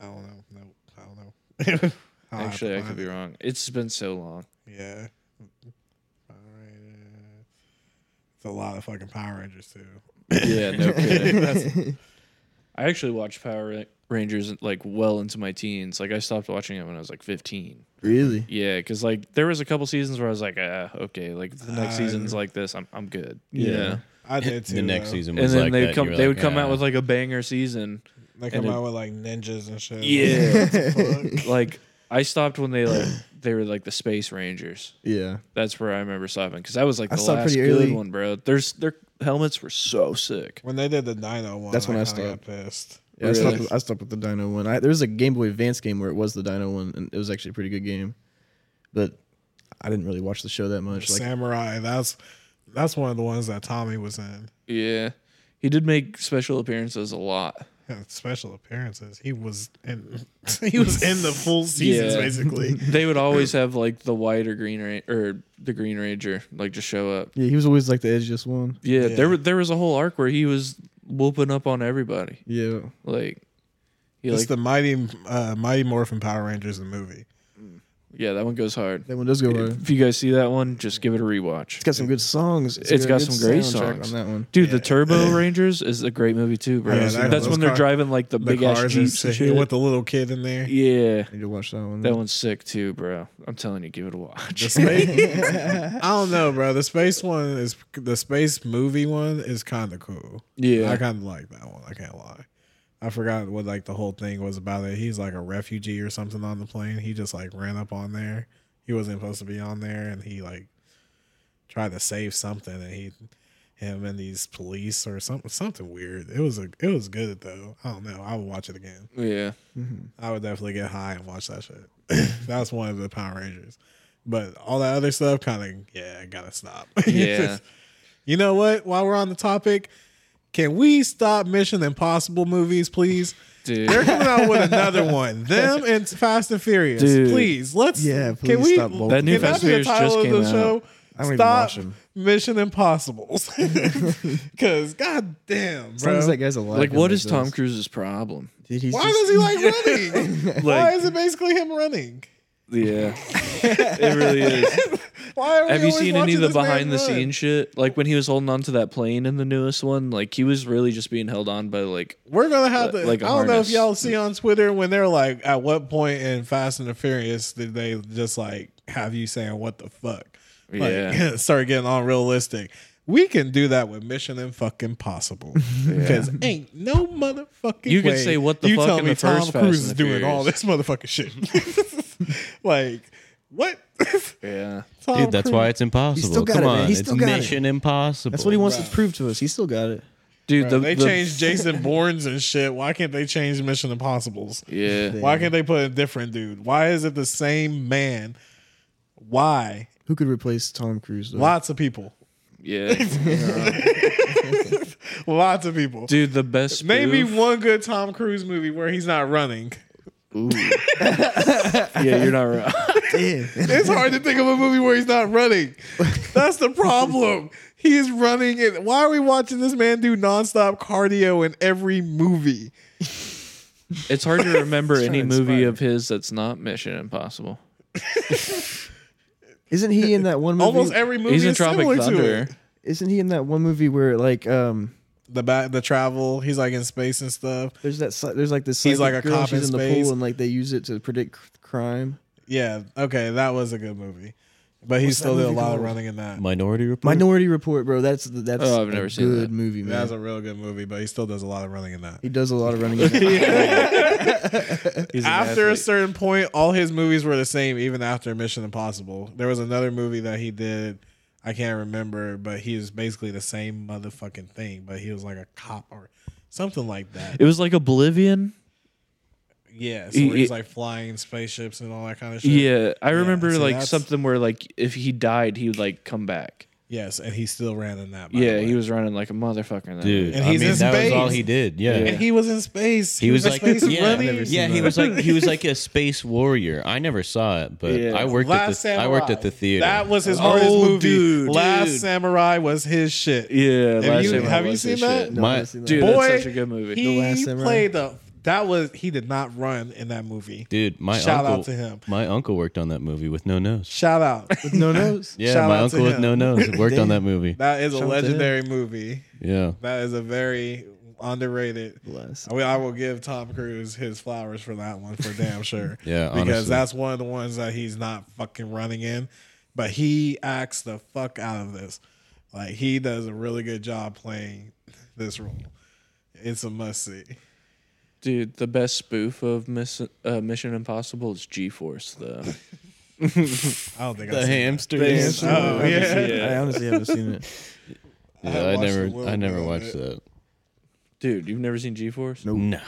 Speaker 3: I don't know. No, I don't know. I'll have
Speaker 2: Actually,
Speaker 3: to
Speaker 2: Ah, I could
Speaker 3: find
Speaker 2: be
Speaker 3: it.
Speaker 2: wrong. It's been so long.
Speaker 3: Yeah. All right. uh, It's a lot of fucking Power Rangers too.
Speaker 2: Yeah, no kidding. I actually watched Power Ra- Rangers like well into my teens. Like I stopped watching it when I was like 15.
Speaker 1: Really?
Speaker 2: Yeah, because like there was a couple seasons where I was like, ah, okay, like if the next
Speaker 3: Uh,
Speaker 2: season's like this, I'm I'm good.
Speaker 1: Yeah.
Speaker 2: Ah, Yeah.
Speaker 3: I did too.
Speaker 4: The next
Speaker 3: though.
Speaker 4: season
Speaker 2: And
Speaker 4: was
Speaker 2: then
Speaker 4: like
Speaker 2: they'd
Speaker 4: that.
Speaker 2: come
Speaker 4: You were
Speaker 2: they
Speaker 4: like,
Speaker 2: would come out
Speaker 4: "Ah."
Speaker 2: with like a banger season.
Speaker 3: they come
Speaker 2: and
Speaker 3: out with like ninjas and shit.
Speaker 2: Yeah.
Speaker 3: Fuck.
Speaker 2: like I stopped when they like they were like the Space Rangers.
Speaker 1: Yeah.
Speaker 2: That's where I remember stopping because that was like
Speaker 1: I
Speaker 2: the
Speaker 1: stopped
Speaker 2: last
Speaker 1: pretty
Speaker 2: good
Speaker 1: early.
Speaker 2: one, bro. There's their helmets were so sick.
Speaker 3: When they did the Dino one,
Speaker 1: That's when I
Speaker 3: kinda
Speaker 1: stopped.
Speaker 3: Got pissed.
Speaker 1: Yeah, I, stopped
Speaker 2: Really?
Speaker 1: with, I stopped with the Dino one. I, there was a Game Boy Advance game where it was the Dino one, and it was actually a pretty good game. But I didn't really watch the show that much. Like,
Speaker 3: Samurai. That's that's one of the ones that Tommy was in.
Speaker 2: Yeah, he did make special appearances a lot.
Speaker 3: Had Special appearances. He was in. he was in the full seasons
Speaker 2: Yeah.
Speaker 3: basically.
Speaker 2: They would always have like the white or green ra- or the Green Ranger like just show up.
Speaker 1: yeah, he was always like the edgiest one.
Speaker 2: Yeah,
Speaker 3: Yeah.
Speaker 2: there were there was a whole arc where he was whooping up on everybody.
Speaker 1: Yeah,
Speaker 2: Like he
Speaker 3: It's
Speaker 2: like
Speaker 3: the Mighty uh, Mighty Morphin Power Rangers the movie.
Speaker 2: Yeah, that one goes hard.
Speaker 1: That one does go hard.
Speaker 2: If you guys see that one, just give it a rewatch.
Speaker 1: It's got some good songs.
Speaker 2: It's got
Speaker 1: a good
Speaker 2: some great
Speaker 1: soundtrack
Speaker 2: songs.
Speaker 1: on that one.
Speaker 2: Dude, the Turbo Rangers is a great movie too, bro.
Speaker 3: Yeah,
Speaker 2: That's-
Speaker 3: that-
Speaker 2: That's
Speaker 3: those
Speaker 2: when they're
Speaker 3: car-
Speaker 2: driving like the,
Speaker 3: The
Speaker 2: big ass
Speaker 3: cars and
Speaker 2: jeeps and
Speaker 3: shit
Speaker 2: shit.
Speaker 3: with the little kid in there.
Speaker 2: yeah,
Speaker 1: I need to watch that one.
Speaker 2: that one's sick too, bro. I'm telling you, give it a
Speaker 3: The
Speaker 2: watch.
Speaker 3: space, I don't know, bro. The space one is the space movie one is kind of cool.
Speaker 2: Yeah.
Speaker 3: I kind of like that one. I can't lie. I forgot what like the whole thing was about. It. He's like a refugee or something on the plane. He just like ran up on there. He wasn't supposed to be on there, and he like tried to save something, and he him and these police or something something weird. It was a it was good though. I don't know. I would watch it again.
Speaker 2: yeah,
Speaker 1: Mm-hmm.
Speaker 3: I would definitely get high and watch that shit. that was one of the Power Rangers. But all that other stuff kind of, yeah, gotta stop.
Speaker 2: Yeah.
Speaker 3: you know what? While we're on the topic, can we stop Mission Impossible movies, please? They're
Speaker 2: dude.
Speaker 3: coming out with another one. Them and Fast and Furious.
Speaker 2: Dude.
Speaker 3: Please, let's.
Speaker 1: Yeah,
Speaker 3: can
Speaker 1: please
Speaker 3: we,
Speaker 1: stop both
Speaker 2: That new
Speaker 3: can that
Speaker 2: Fast
Speaker 3: be the
Speaker 2: Furious
Speaker 3: title
Speaker 2: just
Speaker 3: of
Speaker 2: came
Speaker 3: the
Speaker 2: out.
Speaker 3: show?
Speaker 1: I don't even
Speaker 3: stop
Speaker 1: watch 'em.
Speaker 3: Mission Impossibles. Because, goddamn,
Speaker 1: As long
Speaker 3: bro.
Speaker 1: as that guy's alive.
Speaker 2: Like,
Speaker 1: I'm
Speaker 2: what is
Speaker 1: those.
Speaker 2: Tom Cruise's problem?
Speaker 1: Dude, he's
Speaker 3: Why
Speaker 1: just-
Speaker 3: does he like running? Why
Speaker 2: Like,
Speaker 3: is it basically him running?
Speaker 2: yeah, it really is.
Speaker 3: Why are
Speaker 2: Have
Speaker 3: we
Speaker 2: you
Speaker 3: always
Speaker 2: seen any
Speaker 3: watching
Speaker 2: of the
Speaker 3: this man
Speaker 2: behind the
Speaker 3: run?
Speaker 2: scenes shit? Like when he was holding on to that plane in the newest one, like he was really just being held on by like
Speaker 3: We're gonna have
Speaker 2: Li-
Speaker 3: to.
Speaker 2: like a
Speaker 3: I don't know
Speaker 2: harness.
Speaker 3: if y'all see on Twitter when they're like, at what point in Fast and the Furious did they just like have you saying what the fuck? Like,
Speaker 2: Yeah.
Speaker 3: start getting unrealistic. We can do that with Mission and fucking Possible because ain't no motherfucking.
Speaker 2: You could
Speaker 3: way
Speaker 2: say what the
Speaker 3: you
Speaker 2: fuck
Speaker 3: tell
Speaker 2: in
Speaker 3: me
Speaker 2: the first
Speaker 3: Tom
Speaker 2: Fast
Speaker 3: Cruise
Speaker 2: and
Speaker 3: is
Speaker 2: the
Speaker 3: doing all
Speaker 2: Furious.
Speaker 3: this motherfucking shit. like what?
Speaker 2: yeah.
Speaker 3: Tom
Speaker 4: Dude, that's
Speaker 3: Cruise-
Speaker 4: why it's impossible.
Speaker 1: He Oh, still got
Speaker 4: Come
Speaker 1: it,
Speaker 4: on,
Speaker 1: man. He
Speaker 4: it's
Speaker 1: still got it.
Speaker 4: Mission Impossible.
Speaker 1: That's what he wants
Speaker 3: Bruh.
Speaker 1: to prove to us. He still got it.
Speaker 2: Dude, the,
Speaker 3: They
Speaker 2: the-
Speaker 3: changed Jason Bournes and shit. Why can't they change Mission Impossibles?
Speaker 2: Yeah,
Speaker 3: Why can't they put a different dude? Why is it the same man? Why?
Speaker 1: Who could replace Tom Cruise? though?
Speaker 3: Lots of people.
Speaker 2: yeah,
Speaker 3: Lots of people.
Speaker 2: dude. The best
Speaker 3: Maybe
Speaker 2: spoof-
Speaker 3: one good Tom Cruise movie where he's not running.
Speaker 2: Ooh. yeah, you're not wrong.
Speaker 1: Damn.
Speaker 3: It's hard to think of a movie where he's not running. That's the problem. He's running. And why are we watching this man do nonstop cardio in every movie?
Speaker 2: It's hard to remember any
Speaker 1: to
Speaker 2: movie
Speaker 1: inspire.
Speaker 2: of his that's not Mission Impossible.
Speaker 1: Isn't he in that one movie?
Speaker 3: Almost every movie
Speaker 2: He's in
Speaker 3: is similar
Speaker 2: Tropic
Speaker 3: to
Speaker 2: Thunder.
Speaker 3: it.
Speaker 1: Isn't he in that one movie where like um
Speaker 3: The ba- the travel. He's like in space and stuff.
Speaker 1: there's that sci- there's like this
Speaker 3: He's
Speaker 1: psychic
Speaker 3: like a
Speaker 1: girl,
Speaker 3: cop
Speaker 1: she's in
Speaker 3: in
Speaker 1: the
Speaker 3: space.
Speaker 1: pool and like they use it to predict c- crime.
Speaker 3: Yeah. Okay. That was a good movie. But he
Speaker 1: What's that
Speaker 3: still did a
Speaker 1: movie
Speaker 3: lot of
Speaker 1: called?
Speaker 3: running in that.
Speaker 4: Minority Report.
Speaker 1: Minority Report, bro. That's the- that's
Speaker 2: Oh, I've
Speaker 1: a
Speaker 2: never
Speaker 1: good
Speaker 2: seen that.
Speaker 1: movie, man.
Speaker 3: That's a real good movie, but he still does a lot of running in that.
Speaker 1: he does a lot of running. in that.
Speaker 2: He's an
Speaker 3: After a
Speaker 2: athlete.
Speaker 3: certain point, all his movies were the same, even after Mission Impossible. There was another movie that he did, I can't remember, but he was basically the same motherfucking thing, but he was like a cop or something like that.
Speaker 2: it was like Oblivion.
Speaker 3: Yeah, so
Speaker 2: He-
Speaker 3: where he's
Speaker 2: he-
Speaker 3: like flying spaceships and all that kind of shit.
Speaker 2: Yeah, I remember
Speaker 3: so
Speaker 2: like
Speaker 3: that's-
Speaker 2: something where like if he died, he would like come back.
Speaker 3: Yes, and he still ran in that. by the
Speaker 2: Yeah,
Speaker 3: way.
Speaker 2: he was running like a motherfucker. In that
Speaker 4: Dude,
Speaker 2: movie.
Speaker 3: And
Speaker 4: I
Speaker 3: he's
Speaker 4: mean,
Speaker 3: in
Speaker 4: that
Speaker 3: space.
Speaker 4: was all he did. Yeah.
Speaker 2: Yeah.
Speaker 3: And he was in space.
Speaker 4: He was
Speaker 3: in
Speaker 4: like,
Speaker 3: space
Speaker 4: yeah,
Speaker 3: running.
Speaker 4: yeah. He was like, he was like a space warrior. I never saw it, but
Speaker 2: Yeah.
Speaker 4: I worked at the
Speaker 3: Last Samurai.
Speaker 4: I worked at the theater.
Speaker 3: That was his
Speaker 2: Oh,
Speaker 3: hardest movie.
Speaker 2: dude.
Speaker 3: Last
Speaker 2: Dude.
Speaker 3: Samurai was his shit.
Speaker 2: yeah.
Speaker 3: Have
Speaker 2: Last
Speaker 3: you-
Speaker 2: Samurai
Speaker 3: have you
Speaker 2: was
Speaker 3: seen
Speaker 2: his
Speaker 3: that?
Speaker 2: shit.
Speaker 1: No,
Speaker 4: My-
Speaker 1: I've never seen that.
Speaker 2: Dude,
Speaker 3: Boy,
Speaker 2: that's such a good movie.
Speaker 3: He
Speaker 1: The Last Samurai.
Speaker 3: played the. That was he did not run in that movie.
Speaker 4: dude. My
Speaker 3: Shout out
Speaker 4: uncle,
Speaker 3: to him.
Speaker 4: My uncle worked on that movie with no nose.
Speaker 3: Shout out.
Speaker 1: no nose.
Speaker 4: Yeah,
Speaker 3: Shout
Speaker 4: my
Speaker 3: out to
Speaker 4: uncle with
Speaker 3: him.
Speaker 4: no nose worked on that movie.
Speaker 3: that is a
Speaker 1: Shout out to
Speaker 3: legendary movie.
Speaker 4: Yeah,
Speaker 3: That is a very underrated.
Speaker 1: Bless.
Speaker 3: I, will- I will give Tom Cruise his flowers for that one for damn sure.
Speaker 4: Yeah,
Speaker 3: because
Speaker 4: honestly.
Speaker 3: that's one of the ones that he's not fucking running in, but he acts the fuck out of this. Like he does a really good job playing this role. It's a must see.
Speaker 2: Dude, the best spoof of Miss, uh, Mission Impossible is G Force, though.
Speaker 3: I don't think I've
Speaker 4: the
Speaker 3: seen that.
Speaker 4: hamster.
Speaker 1: Yeah,
Speaker 3: Yes.
Speaker 1: sure.
Speaker 3: Oh,
Speaker 1: I haven't
Speaker 3: yeah.
Speaker 1: seen it. I honestly haven't seen it.
Speaker 4: Yeah,
Speaker 3: I
Speaker 4: I,
Speaker 3: watched a
Speaker 4: never,
Speaker 3: little
Speaker 4: I
Speaker 3: bit
Speaker 4: never
Speaker 3: of
Speaker 4: watched
Speaker 3: it.
Speaker 4: that.
Speaker 2: Dude, you've never seen G Force?
Speaker 1: Nope.
Speaker 4: No,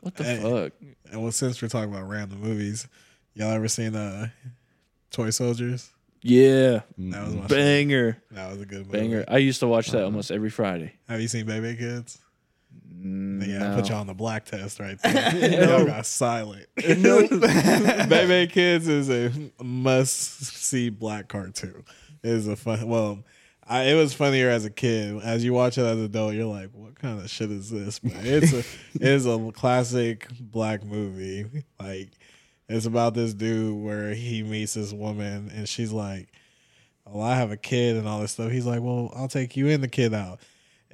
Speaker 2: What the
Speaker 3: Hey.
Speaker 2: fuck?
Speaker 3: And well, since we're talking about random movies, y'all ever seen uh, Toy Soldiers?
Speaker 2: Yeah.
Speaker 3: That was my shit.
Speaker 2: Banger.
Speaker 3: That was a good movie.
Speaker 2: Banger. I used to watch
Speaker 4: Uh-huh.
Speaker 2: that almost every Friday.
Speaker 3: Have you seen Baby Kids? Yeah, I
Speaker 2: no.
Speaker 3: put y'all on the black test right there. Y'all got silent. Baby Kids is a must see black cartoon. It is a fun. Well, I, it was funnier as a kid. As you watch it as an adult, you're like, "What kind of shit is this?" But it's a it is a classic black movie. Like It's about this dude where he meets this woman and she's like, "Well, I have a kid and all this stuff." He's like, "Well, I'll take you and the kid out,"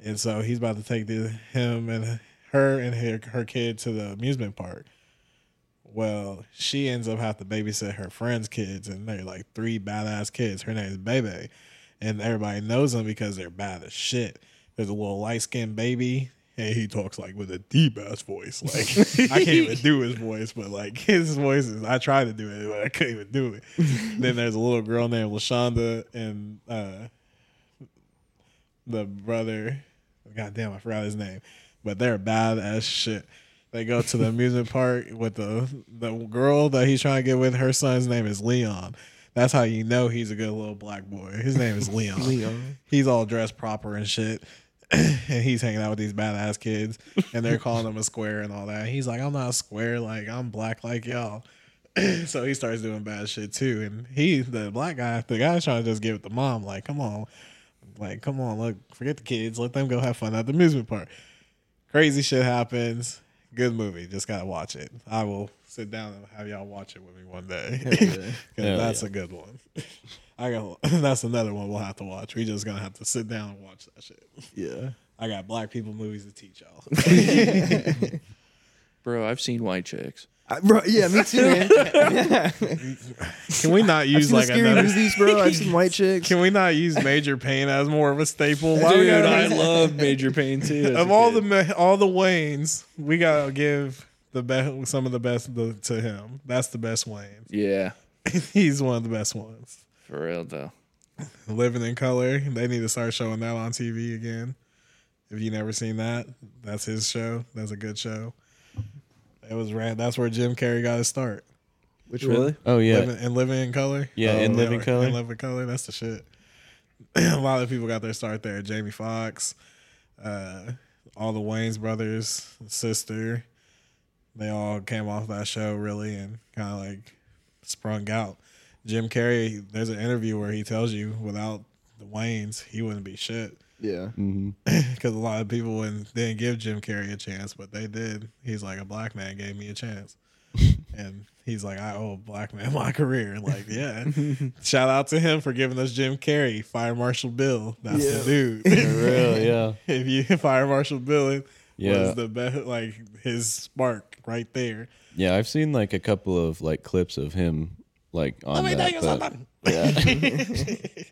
Speaker 3: and so he's about to take the, him and her and her, her kid to the amusement park. Well, she ends up having to babysit her friend's kids, and they're like three badass kids. Her name is Bebe, and everybody knows them because they're bad as shit. There's a little light skinned baby, and he talks like with a deep ass voice. Like I can't even do his voice, but like his voice is. I tried to do it, but I couldn't even do it. then there's a little girl named Lashonda, and uh, the brother. God damn, I forgot his name. But they're bad as shit. They go to the amusement park with the the girl that he's trying to get with. Her son's name is Leon. That's how you know he's a good little black boy. His name is Leon.
Speaker 1: Leon.
Speaker 3: He's all dressed proper and shit. and he's hanging out with these badass kids and they're calling him a square and all that. He's like, I'm not a square, like I'm black like y'all. so he starts doing bad shit too. And he the black guy, the guy's trying to just get with the mom, like, come on. Like, come on, look, forget the kids, let them go have fun at the amusement park. Crazy shit happens. Good movie. Just gotta watch it. I will sit down and have y'all watch it with me one day. 'Cause
Speaker 4: Hell
Speaker 3: that's a good one. I got that's another one we'll have to watch. We just gonna have to sit down and watch that shit.
Speaker 1: Yeah.
Speaker 3: I got black people movies to teach y'all.
Speaker 2: Bro, I've seen white chicks.
Speaker 1: I, bro, yeah, me too, man.
Speaker 3: Can we not
Speaker 1: I've
Speaker 3: use
Speaker 1: seen the
Speaker 3: like
Speaker 1: scary
Speaker 3: another?
Speaker 1: movies, bro. I've seen white chicks.
Speaker 3: Can we not use Major Pain as more of a staple? Why we
Speaker 2: Dude,
Speaker 3: gotta-
Speaker 2: I love Major Pain too. as
Speaker 3: of
Speaker 2: a
Speaker 3: all
Speaker 2: kid.
Speaker 3: the ma- all the Waynes, we gotta give the best some of the best the, to him. That's the best Wayne.
Speaker 2: yeah,
Speaker 3: He's one of the best ones.
Speaker 2: for real though.
Speaker 3: Living in Color. They need to start showing that on TV again. If you never seen that, that's his show. That's a good show. It was ran. That's where Jim Carrey got his start.
Speaker 1: Which
Speaker 2: Really?
Speaker 4: Oh yeah,
Speaker 3: Living, and Living in Color. Oh,
Speaker 4: Yeah, In Living Color.
Speaker 3: In Living Color. That's the shit. a lot of people got their start there. Jamie Foxx, uh, all the Wayne's brothers, sister. They all came off that show really and kind of like sprung out. Jim Carrey, there's an interview where he tells you without the Waynes, he wouldn't be shit.
Speaker 1: Yeah.
Speaker 4: Mm. Mm-hmm.
Speaker 3: Because a lot of people wouldn't, didn't give Jim Carrey a chance, but they did. He's like, a black man gave me a chance. and he's like, I owe a black man my career. Like, yeah. Shout out to him for giving us Jim Carrey, Fire Marshal Bill. That's
Speaker 1: Yeah.
Speaker 3: the dude.
Speaker 4: for real, Oh, yeah.
Speaker 3: if you Fire Marshal Bill
Speaker 4: Yeah.
Speaker 3: was the best, like his spark right there.
Speaker 4: Yeah, I've seen like a couple of like clips of him like on
Speaker 3: Let me
Speaker 4: that.
Speaker 3: tell you
Speaker 4: but-
Speaker 3: something.
Speaker 4: Yeah.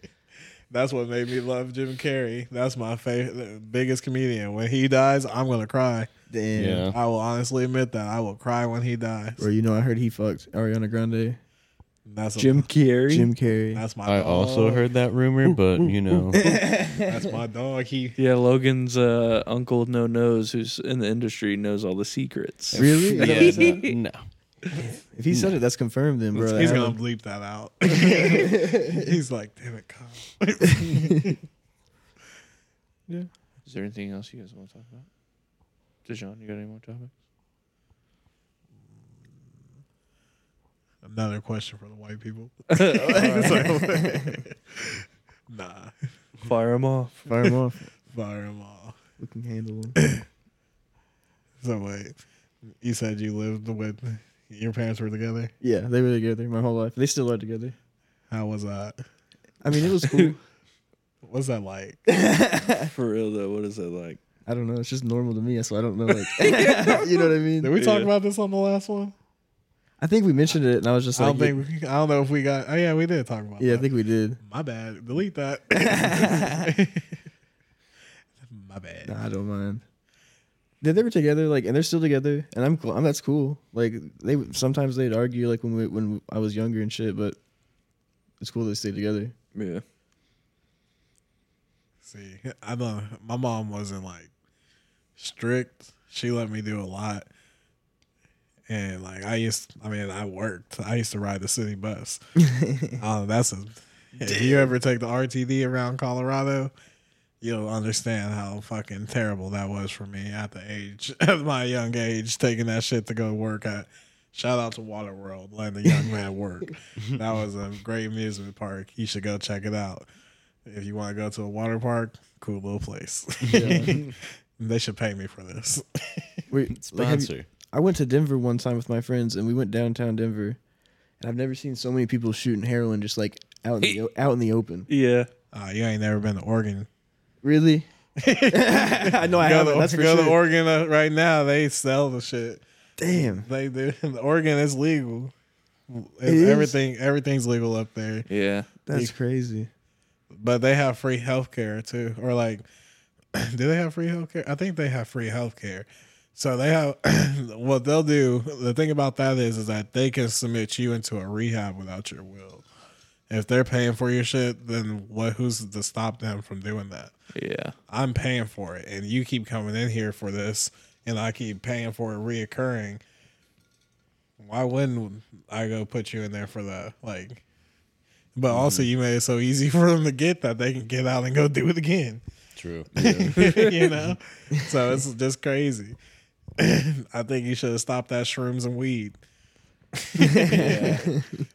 Speaker 3: That's what made me love Jim Carrey. That's my favorite, biggest comedian. When he dies, I'm gonna cry.
Speaker 1: Damn.
Speaker 4: Yeah.
Speaker 3: I will honestly admit that I will cry when he dies.
Speaker 1: Bro, you know, I heard he fucked Ariana Grande,
Speaker 3: That's a-
Speaker 2: Jim Carrey.
Speaker 1: Jim Carrey.
Speaker 3: That's my.
Speaker 4: I
Speaker 3: dog.
Speaker 4: also heard that rumor, but you know,
Speaker 3: That's my dog. He
Speaker 2: yeah, Logan's uh, uncle no knows who's in the industry knows all the secrets.
Speaker 1: Really?
Speaker 4: yeah,
Speaker 1: Is that-
Speaker 4: no.
Speaker 1: If he said it, that's confirmed then, bro.
Speaker 3: he's
Speaker 1: I
Speaker 3: gonna
Speaker 1: don't-
Speaker 3: bleep that out. he's like, damn it, Kyle.
Speaker 2: Is there anything else you guys want to talk about? Dijon, you got any more topics?
Speaker 3: Another question for the white people. nah,
Speaker 2: Fire him off.
Speaker 1: Fire him off.
Speaker 3: fire them all.
Speaker 1: We can handle him.
Speaker 3: So wait, you said you lived with your parents were together.
Speaker 1: Yeah, they were together my whole life. They still are together.
Speaker 3: How was that?
Speaker 1: I mean, it was cool.
Speaker 3: What's that like?
Speaker 2: For real though, what is that like?
Speaker 1: I don't know. It's just normal to me, so I don't know. Like, you know what I
Speaker 3: Did
Speaker 1: mean?
Speaker 3: we talk
Speaker 2: Yeah.
Speaker 3: about this on the last one?
Speaker 1: I think we mentioned it, and I was just
Speaker 3: I
Speaker 1: like,
Speaker 3: don't think. We, I don't know if we got. Oh yeah, we did talk about.
Speaker 1: yeah, I
Speaker 3: that.
Speaker 1: think we did.
Speaker 3: My bad. Delete that. My bad.
Speaker 1: Nah, I don't mind. They, they were together, like, and they're still together, and I'm cool. I'm that's cool. Like, they sometimes they'd argue, like when we when I was younger and shit, but it's cool they stay together.
Speaker 2: Yeah.
Speaker 3: See, I don't. My mom wasn't like strict. She let me do a lot, and like I used. I mean, I worked. I used to ride the city bus. Oh, that's a. If you ever take the RTD around Colorado, you'll understand how fucking terrible that was for me at the age, at my young age, taking that shit to go work at. Shout out to Waterworld, letting the young man work. that was a great amusement park. You should go check it out. If you want to go to a water park, cool little place. they should pay me for this.
Speaker 1: Wait, like, have you-
Speaker 4: Sponsor.
Speaker 1: I went to Denver one time with my friends, and we went downtown Denver, and I've never seen so many people shooting heroin just like out in the o- out in the open.
Speaker 2: Yeah.
Speaker 3: Uh, you ain't never been to Oregon.
Speaker 1: Really? I know I
Speaker 3: Go,
Speaker 1: haven't.
Speaker 3: to,
Speaker 1: That's for
Speaker 3: go
Speaker 1: sure.
Speaker 3: to Oregon uh, right now. They sell the shit.
Speaker 1: Damn.
Speaker 3: They do. Oregon is legal. It's
Speaker 1: is?
Speaker 3: everything everything's legal up there.
Speaker 2: Yeah.
Speaker 1: That's crazy.
Speaker 3: But they have free health care too. Or like do they have free health care? I think they have free health care. So they have what they'll do, the thing about that is is that they can submit you into a rehab without your will. If they're paying for your shit, then what who's to stop them from doing that?
Speaker 2: Yeah.
Speaker 3: I'm paying for it, and you keep coming in here for this, and I keep paying for it reoccurring. Why wouldn't I go put you in there for that? Like, but also you made it so easy for them to get that they can get out and go do it again.
Speaker 4: True.
Speaker 3: you know, so it's just crazy. I think you should have stopped that shrooms and weed.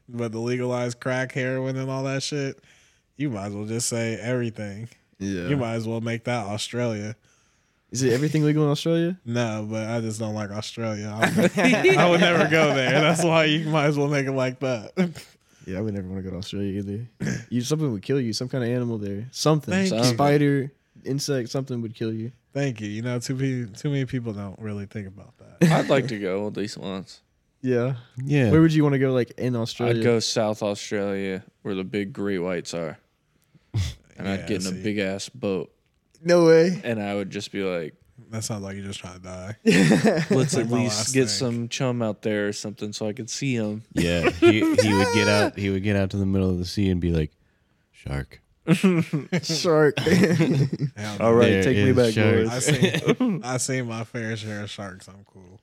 Speaker 3: But the legalized crack, heroin, and all that shit, you might as well just say everything. You
Speaker 1: Yeah.
Speaker 3: might as well make that Australia.
Speaker 1: Is it everything legal in Australia?
Speaker 3: No, but I just don't like Australia. I would, I would never go there. That's why you might as well make it like that.
Speaker 1: Yeah, I would never want to go to Australia either. You something would kill you. Some kind of animal there. Something.
Speaker 3: Thank
Speaker 1: some
Speaker 2: you.
Speaker 1: Spider, insect, something would kill you.
Speaker 3: Thank you. You know, too pe- too many people don't really think about that.
Speaker 2: I'd like to go at least once.
Speaker 1: Yeah.
Speaker 4: Yeah.
Speaker 1: Where would you want to go? Like in Australia?
Speaker 2: I'd go South Australia where the big great whites are. And
Speaker 3: Yeah,
Speaker 2: I'd get in
Speaker 3: see.
Speaker 2: a big ass boat
Speaker 1: No way.
Speaker 2: and I would just be like,
Speaker 3: That sounds like you're just trying to die.
Speaker 2: let's
Speaker 3: Like
Speaker 2: at
Speaker 3: my
Speaker 2: least
Speaker 3: last
Speaker 2: get
Speaker 3: thing.
Speaker 2: some chum out there or something so I could see them.
Speaker 4: Yeah, he, he would get out. He would get out to the middle of the sea and be like, "Shark."
Speaker 1: Shark.
Speaker 3: Hell no.
Speaker 2: All right,
Speaker 4: There
Speaker 2: take me
Speaker 4: is
Speaker 2: back,
Speaker 4: sharks.
Speaker 3: I
Speaker 2: boys.
Speaker 3: seen I seen my fair share of sharks. I'm cool.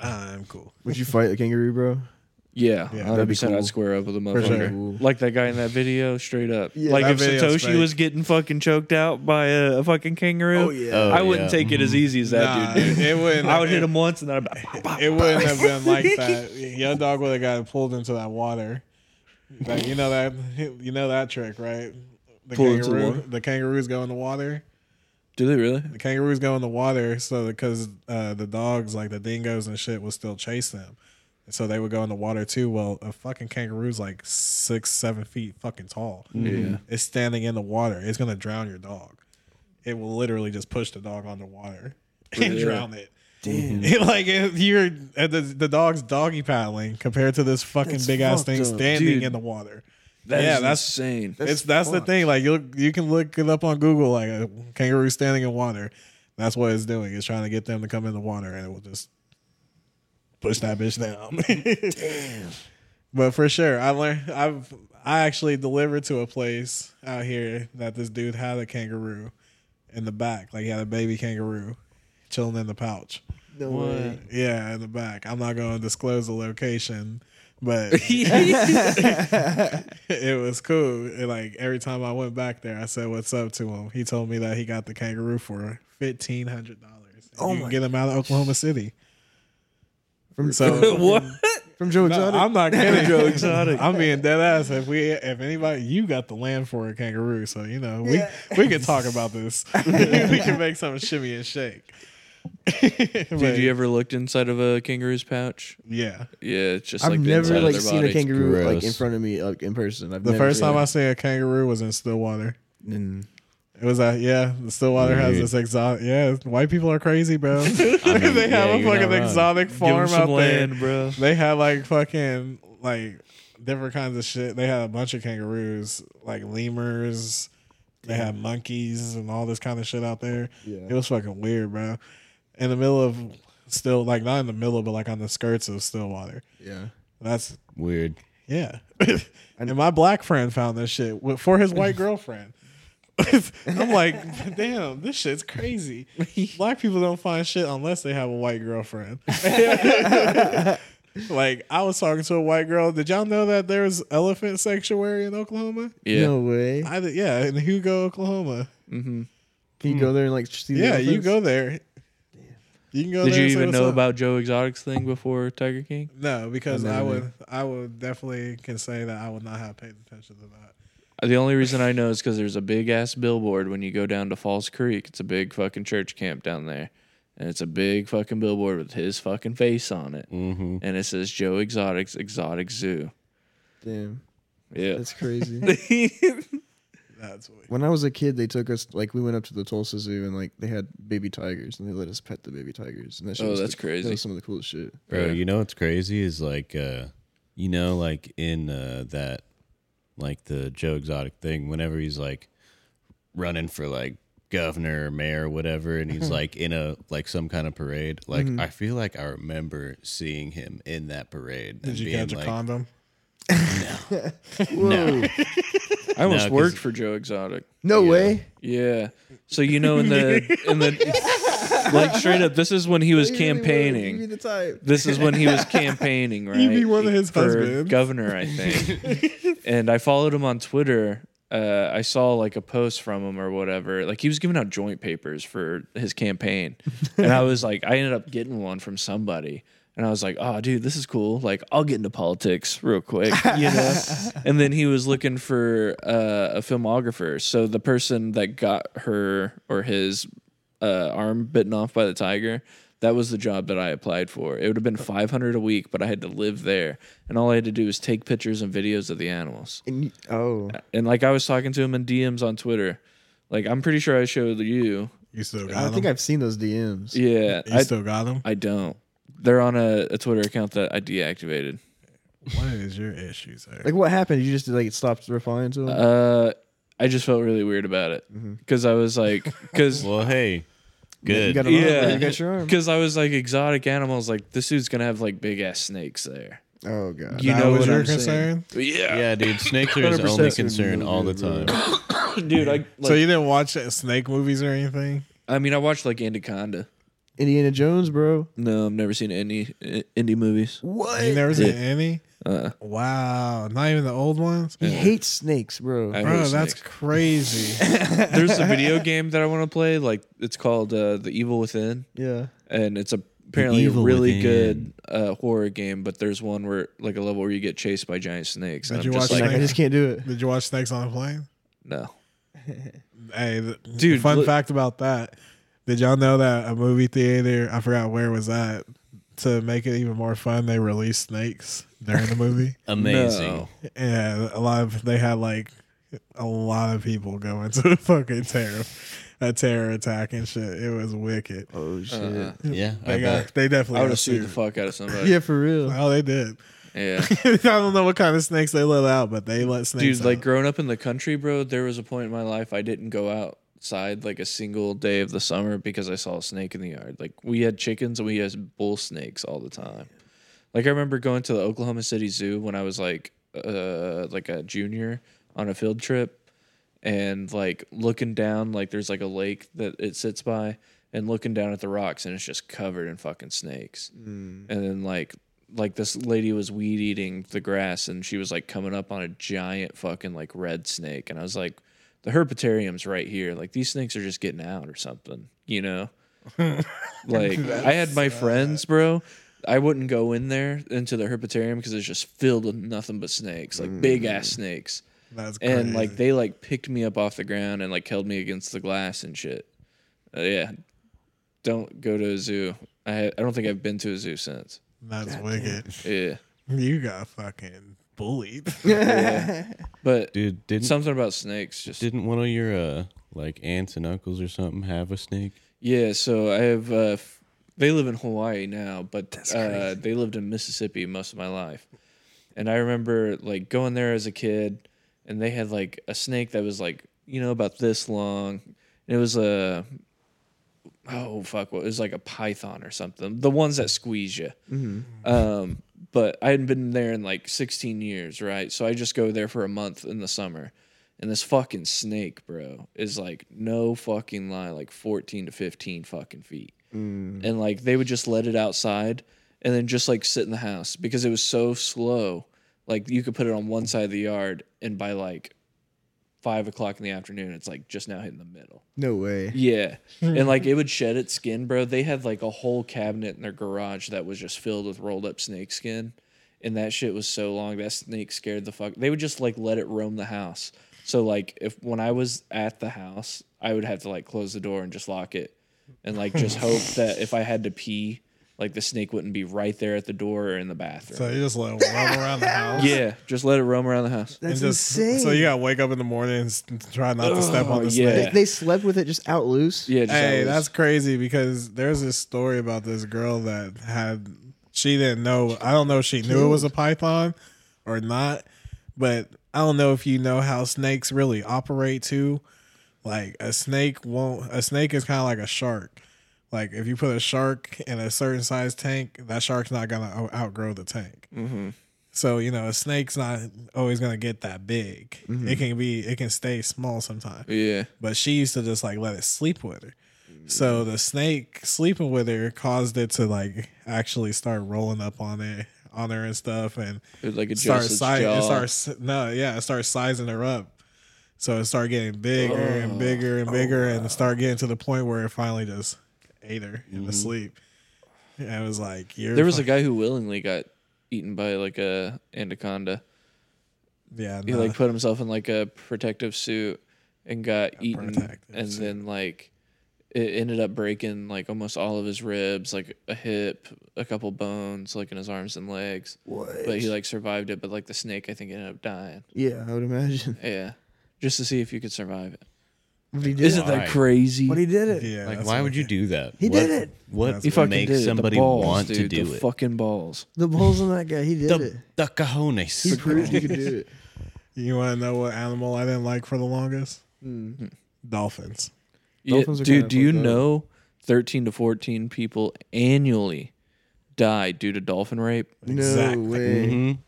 Speaker 3: I'm cool.
Speaker 1: would you fight a kangaroo, bro?
Speaker 2: Yeah,
Speaker 3: Yeah,
Speaker 2: hundred
Speaker 1: that'd be
Speaker 2: percent.
Speaker 1: cool.
Speaker 2: I'd square up with a
Speaker 3: For sure.
Speaker 2: motherfucker.
Speaker 1: Cool.
Speaker 2: Like that guy in that video, straight up.
Speaker 1: Yeah,
Speaker 2: like
Speaker 3: that
Speaker 2: if
Speaker 3: video's
Speaker 2: Satoshi
Speaker 3: fake.
Speaker 2: was getting fucking choked out by a, a fucking kangaroo,
Speaker 1: Oh, yeah.
Speaker 4: Oh,
Speaker 2: I wouldn't
Speaker 4: yeah.
Speaker 2: take it as easy as that
Speaker 3: Nah,
Speaker 2: dude. dude.
Speaker 3: it wouldn't.
Speaker 2: I would hit
Speaker 3: it-
Speaker 2: him once and then I'd be like,
Speaker 3: It wouldn't have been like that. Your dog would have got pulled into that water. Like, you know that you know that trick, right? The
Speaker 2: Pull into the
Speaker 3: kangaroo.
Speaker 2: water.
Speaker 3: the kangaroos go in the water.
Speaker 2: "Do they really?"
Speaker 3: The kangaroos go in the water so because uh, the dogs, like the dingoes and shit, would still chase them. So they would go in the water too. Well, a fucking kangaroo's like six, seven feet fucking tall.
Speaker 2: Yeah.
Speaker 3: It's standing in the water. It's gonna drown your dog. It will literally just push the dog underwater and
Speaker 2: Yeah.
Speaker 3: drown it. Damn. like if you're uh, the, the dog's doggy paddling compared to this fucking
Speaker 1: That's
Speaker 3: big ass
Speaker 1: fucked
Speaker 3: thing
Speaker 1: up.
Speaker 3: standing
Speaker 2: Dude.
Speaker 3: in the water.
Speaker 2: That
Speaker 3: Yeah,
Speaker 2: yeah,
Speaker 3: that's-
Speaker 2: that's insane.
Speaker 1: That's
Speaker 3: it's that's the
Speaker 1: fucked.
Speaker 3: thing. Like you you can look it up on Google like a kangaroo standing in water. That's what it's doing. It's trying to get them to come in the water and it will just push that bitch down. But for sure, I learned I've I actually delivered to a place out here that this dude had a kangaroo in the back. Like he had a baby kangaroo chilling in the pouch.
Speaker 1: No way.
Speaker 3: Yeah, in the back. I'm not going to disclose the location, but it was cool. And like every time I went back there, I said what's up to him. He told me that he got the kangaroo for fifteen hundred dollars.
Speaker 1: Oh
Speaker 3: you can
Speaker 1: my
Speaker 3: get him out of Oklahoma City.
Speaker 1: From
Speaker 3: So-
Speaker 2: what?
Speaker 1: from Joe
Speaker 3: No,
Speaker 1: Exotic.
Speaker 3: I'm not kidding.
Speaker 2: Joe Exotic.
Speaker 3: I'm being dead ass. If we, if anybody, you got the land for a kangaroo, so you know we we can talk about this. we can make some shimmy and shake.
Speaker 2: Dude, you ever looked inside of a kangaroo's pouch?
Speaker 3: yeah.
Speaker 2: Yeah, it's just
Speaker 1: I've
Speaker 2: like the
Speaker 1: never
Speaker 2: inside
Speaker 1: like
Speaker 2: of their
Speaker 1: seen
Speaker 2: body.
Speaker 1: a kangaroo like in
Speaker 4: gross.
Speaker 1: front of me like in person. I've
Speaker 3: The
Speaker 1: never
Speaker 3: first
Speaker 1: seen
Speaker 3: time I
Speaker 1: it.
Speaker 3: seen a kangaroo was in Stillwater.
Speaker 1: And
Speaker 3: It was at yeah, the Stillwater has
Speaker 4: Weird.
Speaker 3: this exotic. Yeah, white people are crazy, bro.
Speaker 4: I mean,
Speaker 3: they have
Speaker 4: yeah,
Speaker 3: a
Speaker 4: you're not
Speaker 3: fucking
Speaker 4: wrong.
Speaker 3: exotic
Speaker 2: Give 'em
Speaker 3: farm
Speaker 2: some
Speaker 3: out there.
Speaker 2: land, bro.
Speaker 3: They had like fucking like different kinds of shit. They had a bunch of kangaroos, like lemurs. They had monkeys and all this kind of shit out there.
Speaker 1: Yeah.
Speaker 3: It was fucking weird, bro. In the middle of still like not in the middle, but like on the skirts of Stillwater.
Speaker 1: yeah.
Speaker 3: That's
Speaker 4: Weird.
Speaker 3: yeah. and my black friend found this shit with- for his white girlfriend. I'm like, damn, this shit's crazy. Black people don't find shit unless they have a white girlfriend. like, I was talking to a white girl. Did y'all know that there's elephant sanctuary in Oklahoma?
Speaker 2: Yeah. mm-hmm.
Speaker 1: No way.
Speaker 3: I did- yeah, in Hugo, Oklahoma.
Speaker 1: Can you go there and like see the
Speaker 3: Yeah, you
Speaker 1: elephants?
Speaker 3: go there. You can go.
Speaker 2: Did
Speaker 3: there
Speaker 2: you
Speaker 3: and say
Speaker 2: even
Speaker 3: what's
Speaker 2: know
Speaker 3: up.
Speaker 2: about Joe Exotic's thing before Tiger King?
Speaker 3: No, because
Speaker 1: I
Speaker 3: I
Speaker 1: never
Speaker 3: would, I would definitely can say that I would not have paid attention to that.
Speaker 2: The only reason I know is because there's a big ass billboard when you go down to Falls Creek. It's a big fucking church camp down there. and it's a big fucking billboard with his fucking face on it,
Speaker 4: Mm-hmm.
Speaker 2: and it says Joe Exotic's Exotic Zoo.
Speaker 1: Damn,
Speaker 2: Yeah,
Speaker 1: that's crazy.
Speaker 3: That's what
Speaker 1: when I was a kid, they took us like we went up to the Tulsa Zoo and like they had baby tigers and they let us pet the baby tigers and that shit
Speaker 2: Oh,
Speaker 1: was
Speaker 2: that's
Speaker 1: the-
Speaker 2: crazy.
Speaker 1: That was some of the coolest shit.
Speaker 4: Bro,
Speaker 2: Yeah.
Speaker 4: you know what's crazy is like, uh, you know, like in uh, that, like the Joe Exotic thing, whenever he's like running for like governor or mayor or whatever, and he's like in a, like some kind of parade, like
Speaker 3: Mm-hmm.
Speaker 4: I feel like I remember seeing him in that parade.
Speaker 3: Did
Speaker 4: and
Speaker 3: you
Speaker 4: being
Speaker 3: catch a
Speaker 4: like,
Speaker 3: condom?
Speaker 1: Whoa, no,
Speaker 2: I almost
Speaker 4: 'cause-
Speaker 2: worked for Joe Exotic.
Speaker 1: way.
Speaker 2: Yeah. So you know in the in the like straight up, this is when he was
Speaker 1: You really would.
Speaker 2: campaigning.
Speaker 1: You'd be the type.
Speaker 2: This is when he was campaigning, right?
Speaker 3: be one of his
Speaker 2: for
Speaker 3: husbands.
Speaker 2: governor, I think. and I followed him on Twitter. Uh, I saw like a post from him or whatever. Like he was giving out joint papers for his campaign, and I was like, I ended up getting one from somebody, and I was like, oh, dude, this is cool. Like I'll get into politics real quick, you know. and then he was looking for uh, a filmographer. So the person that got her or his uh, arm bitten off by the tiger. That was the job that I applied for. It would have been 500 a week, but I had to live there, and all I had to do was take pictures and videos of the animals.
Speaker 1: And you- oh,
Speaker 2: And like I was talking to him in DMs on Twitter, like I'm pretty sure I showed you.
Speaker 3: You still
Speaker 1: I
Speaker 3: got
Speaker 1: think
Speaker 3: him?
Speaker 1: I've seen those DMs.
Speaker 2: Yeah,
Speaker 3: you
Speaker 2: I,
Speaker 3: still got him?
Speaker 2: I don't. They're on a, a Twitter account that I deactivated.
Speaker 3: What is your issue, sir?
Speaker 1: Like what happened? You just like stopped replying to them.
Speaker 2: Uh, I just felt really weird about it
Speaker 1: Mm-hmm.
Speaker 2: because I was like, because
Speaker 4: Well, hey,
Speaker 1: You
Speaker 4: good.
Speaker 1: got, an arm,
Speaker 2: yeah,
Speaker 1: you got your arm.
Speaker 2: because I was like exotic animals. Like this dude's gonna have like big ass snakes there.
Speaker 1: Oh god.
Speaker 2: You
Speaker 3: that
Speaker 2: know
Speaker 3: was
Speaker 2: what
Speaker 3: your
Speaker 2: I'm
Speaker 3: concern?
Speaker 2: Yeah,
Speaker 4: yeah, dude, snakes are
Speaker 1: 100%
Speaker 4: his only
Speaker 1: it's gonna be
Speaker 4: concern
Speaker 1: really
Speaker 4: all the
Speaker 1: good, bro.
Speaker 4: time.
Speaker 2: dude. I like,
Speaker 3: so you didn't watch uh, snake movies or anything?
Speaker 2: I mean, I watched like Anaconda.
Speaker 1: Indiana Jones, bro.
Speaker 2: No, I've never seen any uh, indie movies.
Speaker 1: What?
Speaker 3: You never seen
Speaker 2: Yeah.
Speaker 3: any?
Speaker 2: Uh,
Speaker 3: Wow, not even the old ones.
Speaker 1: He hates snakes, bro.
Speaker 2: I
Speaker 3: Bro,
Speaker 2: hate
Speaker 3: that's
Speaker 2: snakes.
Speaker 3: crazy.
Speaker 2: There's a video game that I want to play. Like it's called uh, The Evil Within,
Speaker 1: yeah.
Speaker 2: and it's apparently a
Speaker 4: Evil
Speaker 2: really good
Speaker 4: Within.
Speaker 2: uh, horror game. But there's one where like a level where you get chased by giant snakes. And
Speaker 3: Did
Speaker 2: I'm
Speaker 3: you
Speaker 2: just
Speaker 3: watch
Speaker 2: like,
Speaker 1: Like, I
Speaker 3: Snake-
Speaker 1: just can't do it.
Speaker 3: Did you watch Snakes on a Plane?
Speaker 2: no.
Speaker 3: Hey, the,
Speaker 2: Dude,
Speaker 3: Fun
Speaker 2: look-
Speaker 3: fact about that: Did y'all know that a movie theater? I forgot where was that. To make it even more fun, they released snakes during the movie.
Speaker 4: Amazing.
Speaker 2: No.
Speaker 3: and a lot of they had like a lot of people go into a fucking terror, a terror attack and shit. It was wicked.
Speaker 1: Oh shit.
Speaker 2: Uh-uh.
Speaker 4: Yeah, I
Speaker 3: They
Speaker 4: bet.
Speaker 3: got, they
Speaker 2: I
Speaker 3: definitely
Speaker 2: would
Speaker 3: got
Speaker 2: have sued the
Speaker 3: sued.
Speaker 2: fuck out of somebody.
Speaker 1: Yeah, for real.
Speaker 3: Oh, they did.
Speaker 2: yeah.
Speaker 3: I don't know what kind of snakes they let out, but they let snakes.
Speaker 2: Dude, like
Speaker 3: out.
Speaker 2: growing up in the country, bro, there was a point in my life I didn't go outside like a single day of the summer because I saw a snake in the yard. Like we had chickens and we had bull snakes all the time. Like I remember going to the Oklahoma City Zoo when I was like uh like a junior on a field trip and like looking down like there's like a lake that it sits by and looking down at the rocks and it's just covered in fucking snakes and then like like this lady was weed eating the grass and she was like coming up on a giant fucking like red snake and i was like the herpetarium's right here like these snakes are just getting out or something you know like i had my friends bro i wouldn't go in there into the herpetarium because it's just filled with nothing but snakes like big ass snakes
Speaker 3: that's crazy.
Speaker 2: and like they like picked me up off the ground and like held me against the glass and shit. Uh, yeah, don't go to a zoo. I I don't think I've been to a zoo since.
Speaker 3: that's wicked.
Speaker 2: Yeah,
Speaker 3: You got fucking bullied.
Speaker 2: but
Speaker 4: Dude, didn't
Speaker 2: something about snakes just
Speaker 4: didn't one of your uh like aunts and uncles or something have a snake?
Speaker 2: yeah. So I have. Uh, f- they live in Hawaii now, but uh, they lived in Mississippi most of my life, and I remember like going there as a kid, and they had like a snake that was like you know about this long. And it was a oh fuck what it was like a python or something the ones that squeeze you um but i hadn't been there in like 16 years right so i just go there for a month in the summer and this fucking snake bro is like no fucking lie like 14 to 15 fucking feet and like they would just let it outside and then just like sit in the house because it was so slow like you could put it on one side of the yard and by like five o'clock in the afternoon it's like just now hitting the middle
Speaker 1: No way.
Speaker 2: yeah. And like it
Speaker 3: Hmm.
Speaker 2: would shed its skin, bro. They had like a whole cabinet in their garage that was just filled with rolled up snake skin. And that shit was so long. That snake scared the fuck. They would just like let it roam the house. So like if when I was at the house, I would have to like close the door and just lock it. and like just hope that if I had to pee, like the snake wouldn't be right there at the door or in the bathroom.
Speaker 3: So you just let it roam around the house.
Speaker 2: yeah, just let it roam around the house.
Speaker 3: And
Speaker 1: That's
Speaker 3: just,
Speaker 1: insane.
Speaker 3: So you gotta wake up in the morning and s- try not to step on
Speaker 2: Oh,
Speaker 3: the
Speaker 2: yeah.
Speaker 3: snake.
Speaker 1: they, they slept with it just out loose.
Speaker 2: Yeah, just
Speaker 3: Hey,
Speaker 2: always-
Speaker 3: that's crazy because there's this story about this girl that had she didn't know. I don't know if she knew it was a python or not, but I don't know if you know how snakes really operate too. Like a snake won't. A snake is kind of like a shark. Like if you put a shark in a certain size tank, that shark's not gonna out- outgrow the tank.
Speaker 2: Mm-hmm.
Speaker 3: So you know a snake's not always gonna get that big.
Speaker 2: Mm-hmm.
Speaker 3: It can be. It can stay small sometimes
Speaker 2: yeah.
Speaker 3: but she used to just like let it sleep with her. So
Speaker 2: Mm-hmm.
Speaker 3: the snake sleeping with her caused it to like actually start rolling up on it on her and stuff and
Speaker 2: It like
Speaker 3: start
Speaker 2: adjusts its
Speaker 3: si-
Speaker 2: jaw.
Speaker 3: it starts no yeah it starts sizing her up. So it started getting bigger
Speaker 2: Oh,
Speaker 3: and bigger and bigger and it started getting to the point where it finally just ate her in
Speaker 2: Mm-hmm.
Speaker 3: the sleep. And it was like you're
Speaker 2: there was a
Speaker 3: fuck-
Speaker 2: guy who willingly got eaten by like a anaconda.
Speaker 3: yeah
Speaker 2: He
Speaker 3: nah.
Speaker 2: like put himself in like a protective suit and got eaten,
Speaker 3: protective
Speaker 2: and
Speaker 3: suit.
Speaker 2: then like it ended up breaking like almost all of his ribs, like a hip, a couple bones, like in his arms and legs.
Speaker 1: What?
Speaker 2: But he like survived it. But like the snake, I think ended up dying.
Speaker 1: Yeah, I would imagine.
Speaker 2: Yeah, just to see if you could survive it.
Speaker 1: But he did
Speaker 2: Isn't
Speaker 1: it.
Speaker 2: that
Speaker 4: Why?
Speaker 2: crazy?
Speaker 1: But he did it.
Speaker 3: yeah
Speaker 4: like,
Speaker 3: that's
Speaker 4: why
Speaker 3: what
Speaker 4: would
Speaker 3: it-
Speaker 4: you do that?
Speaker 1: He
Speaker 4: What-
Speaker 1: did it.
Speaker 4: What
Speaker 2: He fucking
Speaker 4: makes
Speaker 2: did it.
Speaker 4: somebody
Speaker 2: the balls,
Speaker 4: want
Speaker 2: dude,
Speaker 4: to do
Speaker 2: the
Speaker 4: it?
Speaker 2: Fucking balls.
Speaker 1: The balls on that guy. He did it.
Speaker 4: The, the cojones.
Speaker 1: He proved he could do it.
Speaker 3: You want to know what animal I didn't like for the longest?
Speaker 2: Mm.
Speaker 3: Dolphins.
Speaker 2: Yeah,
Speaker 1: Dolphins are
Speaker 2: dude,
Speaker 1: kinda
Speaker 2: do you
Speaker 1: fucked up.
Speaker 2: know 13 to 14 people annually die due to dolphin rape?
Speaker 1: No
Speaker 3: Exactly. Mm-hmm.
Speaker 1: way.
Speaker 4: Mhm.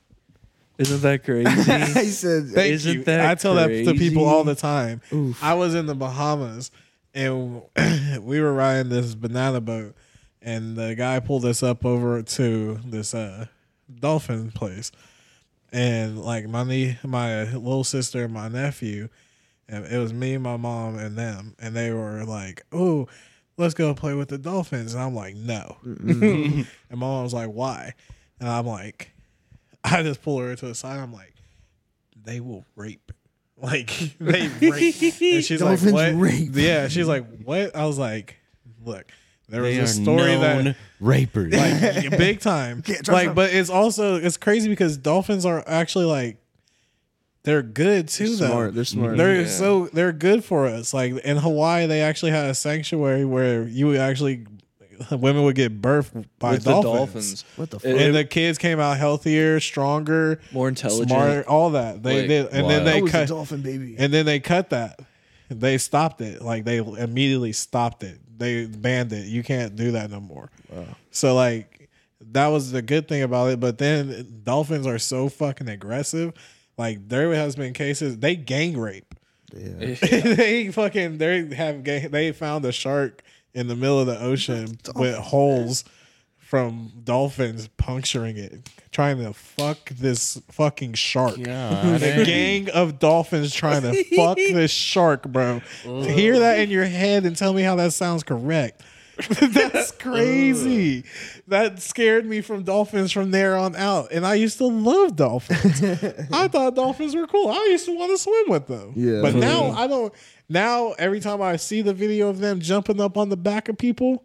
Speaker 2: Isn't that crazy?
Speaker 1: I said,
Speaker 3: Thank
Speaker 2: Isn't
Speaker 3: you.
Speaker 2: that
Speaker 3: I tell that to people
Speaker 2: crazy?
Speaker 3: all the time. I was in the Bahamas and we were riding this banana boat, and the guy pulled us up over to this uh, dolphin place, and like my knee, my little sister, and my nephew, and it was me, my mom, and them, and they were like, "Oh, let's go play with the dolphins," and I'm like, "No," and my mom was like, "Why?" And I'm like, I just pull her to the side. I'm like, they will rape. Like they rape. And she's
Speaker 1: Dolphins
Speaker 3: like, what?
Speaker 1: rape.
Speaker 3: Yeah, she's like, what? I was like, look, there was
Speaker 4: They
Speaker 3: a
Speaker 4: are
Speaker 3: story
Speaker 4: known
Speaker 3: that
Speaker 4: rapers.
Speaker 3: like big time.
Speaker 1: Can't trust
Speaker 3: Like,
Speaker 1: them.
Speaker 3: but it's also it's crazy because dolphins are actually like they're good too. though.
Speaker 1: smart. They're smart.
Speaker 3: They're
Speaker 2: Yeah.
Speaker 3: so they're good for us. Like in Hawaii, they actually had a sanctuary where you would actually women would get birthed by
Speaker 2: With the dolphins.
Speaker 1: what the fuck?
Speaker 2: It-
Speaker 3: and the kids came out healthier, stronger,
Speaker 2: More intelligent.
Speaker 3: smarter, all that. They
Speaker 2: Like,
Speaker 3: did, and
Speaker 4: wow.
Speaker 3: then
Speaker 1: I
Speaker 3: they
Speaker 1: was a
Speaker 3: cut,
Speaker 1: dolphin baby.
Speaker 3: and then they cut that. They stopped it. Like they immediately stopped it. They banned it. You can't do that no more. So like that was the good thing about it. But then dolphins are so fucking aggressive. Like there has been cases they gang rape.
Speaker 1: yeah.
Speaker 3: they fucking they have gang, they found a shark in the middle of the ocean with holes from dolphins puncturing it, trying to fuck this fucking shark.
Speaker 4: God,
Speaker 3: A gang of dolphins trying to fuck this shark, bro. Hear that in your head and tell me how that sounds correct. That's crazy. That scared me from dolphins from there on out. And I used to love dolphins. I thought dolphins were cool. I used to want to swim with them.
Speaker 1: Yeah.
Speaker 3: But now I don't. Now every time I see the video of them jumping up on the back of people,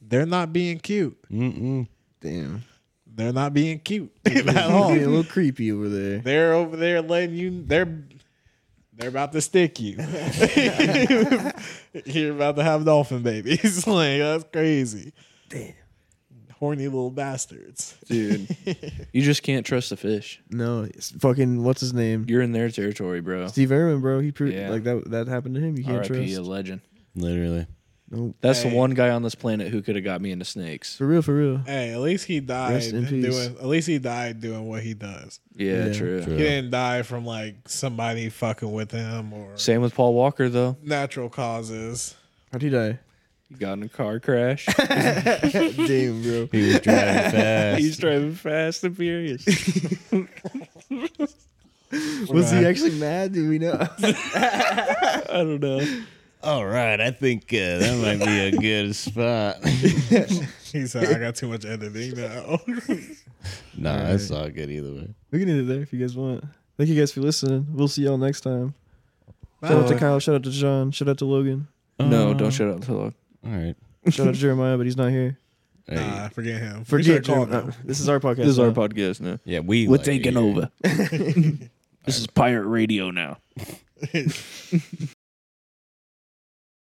Speaker 3: they're not being cute.
Speaker 4: Mm-mm.
Speaker 1: Damn.
Speaker 3: They're not being cute Mm. at all.
Speaker 1: Being a little creepy over there.
Speaker 3: They're over there letting you. They're they're about to stick you. You're about to have dolphin babies. like that's crazy.
Speaker 1: Damn.
Speaker 3: Horny little bastards.
Speaker 2: dude. you just can't trust the fish.
Speaker 1: No, it's fucking what's his name?
Speaker 2: You're in their territory, bro.
Speaker 1: Steve Irwin, bro. He proved
Speaker 2: Yeah.
Speaker 1: like that. That happened to him. You can't
Speaker 2: RIP, a
Speaker 1: trust.
Speaker 2: legend.
Speaker 4: Literally.
Speaker 1: No,
Speaker 2: That's
Speaker 3: Hey.
Speaker 2: the one guy on this planet who could have got me into snakes.
Speaker 1: for real, for real.
Speaker 3: Hey, at least he died
Speaker 1: Rest in peace.
Speaker 3: doing. At least he died doing what he does.
Speaker 2: Yeah,
Speaker 1: Yeah,
Speaker 2: true.
Speaker 4: true.
Speaker 3: He didn't die from like somebody fucking with him or
Speaker 2: Same with Paul Walker though.
Speaker 3: natural causes.
Speaker 1: How'd he die?
Speaker 2: He got in a car crash.
Speaker 1: Damn, bro.
Speaker 4: He was driving fast.
Speaker 2: He's driving fast and furious.
Speaker 1: Was
Speaker 3: Right.
Speaker 1: he actually mad? Do we know?
Speaker 2: I don't know.
Speaker 4: All right, I think uh, that might be a good spot.
Speaker 3: He said, "I got too much editing now."
Speaker 4: nah, that's not good either way.
Speaker 1: we can end it there if you guys want. Thank you guys for listening. We'll see y'all next time. Shout out to Kyle. Shout out to John. Shout out to Logan.
Speaker 2: No, don't shut up until
Speaker 4: All right.
Speaker 1: Shout out to Jeremiah, but he's not here.
Speaker 4: Hey.
Speaker 3: Nah, forget him.
Speaker 1: Forget
Speaker 3: Research him.
Speaker 1: Paul. No, this is our podcast.
Speaker 2: This is our
Speaker 1: now.
Speaker 2: podcast now.
Speaker 4: yeah, we
Speaker 2: We're
Speaker 4: like
Speaker 2: taking
Speaker 4: you.
Speaker 2: over. this is pirate radio now.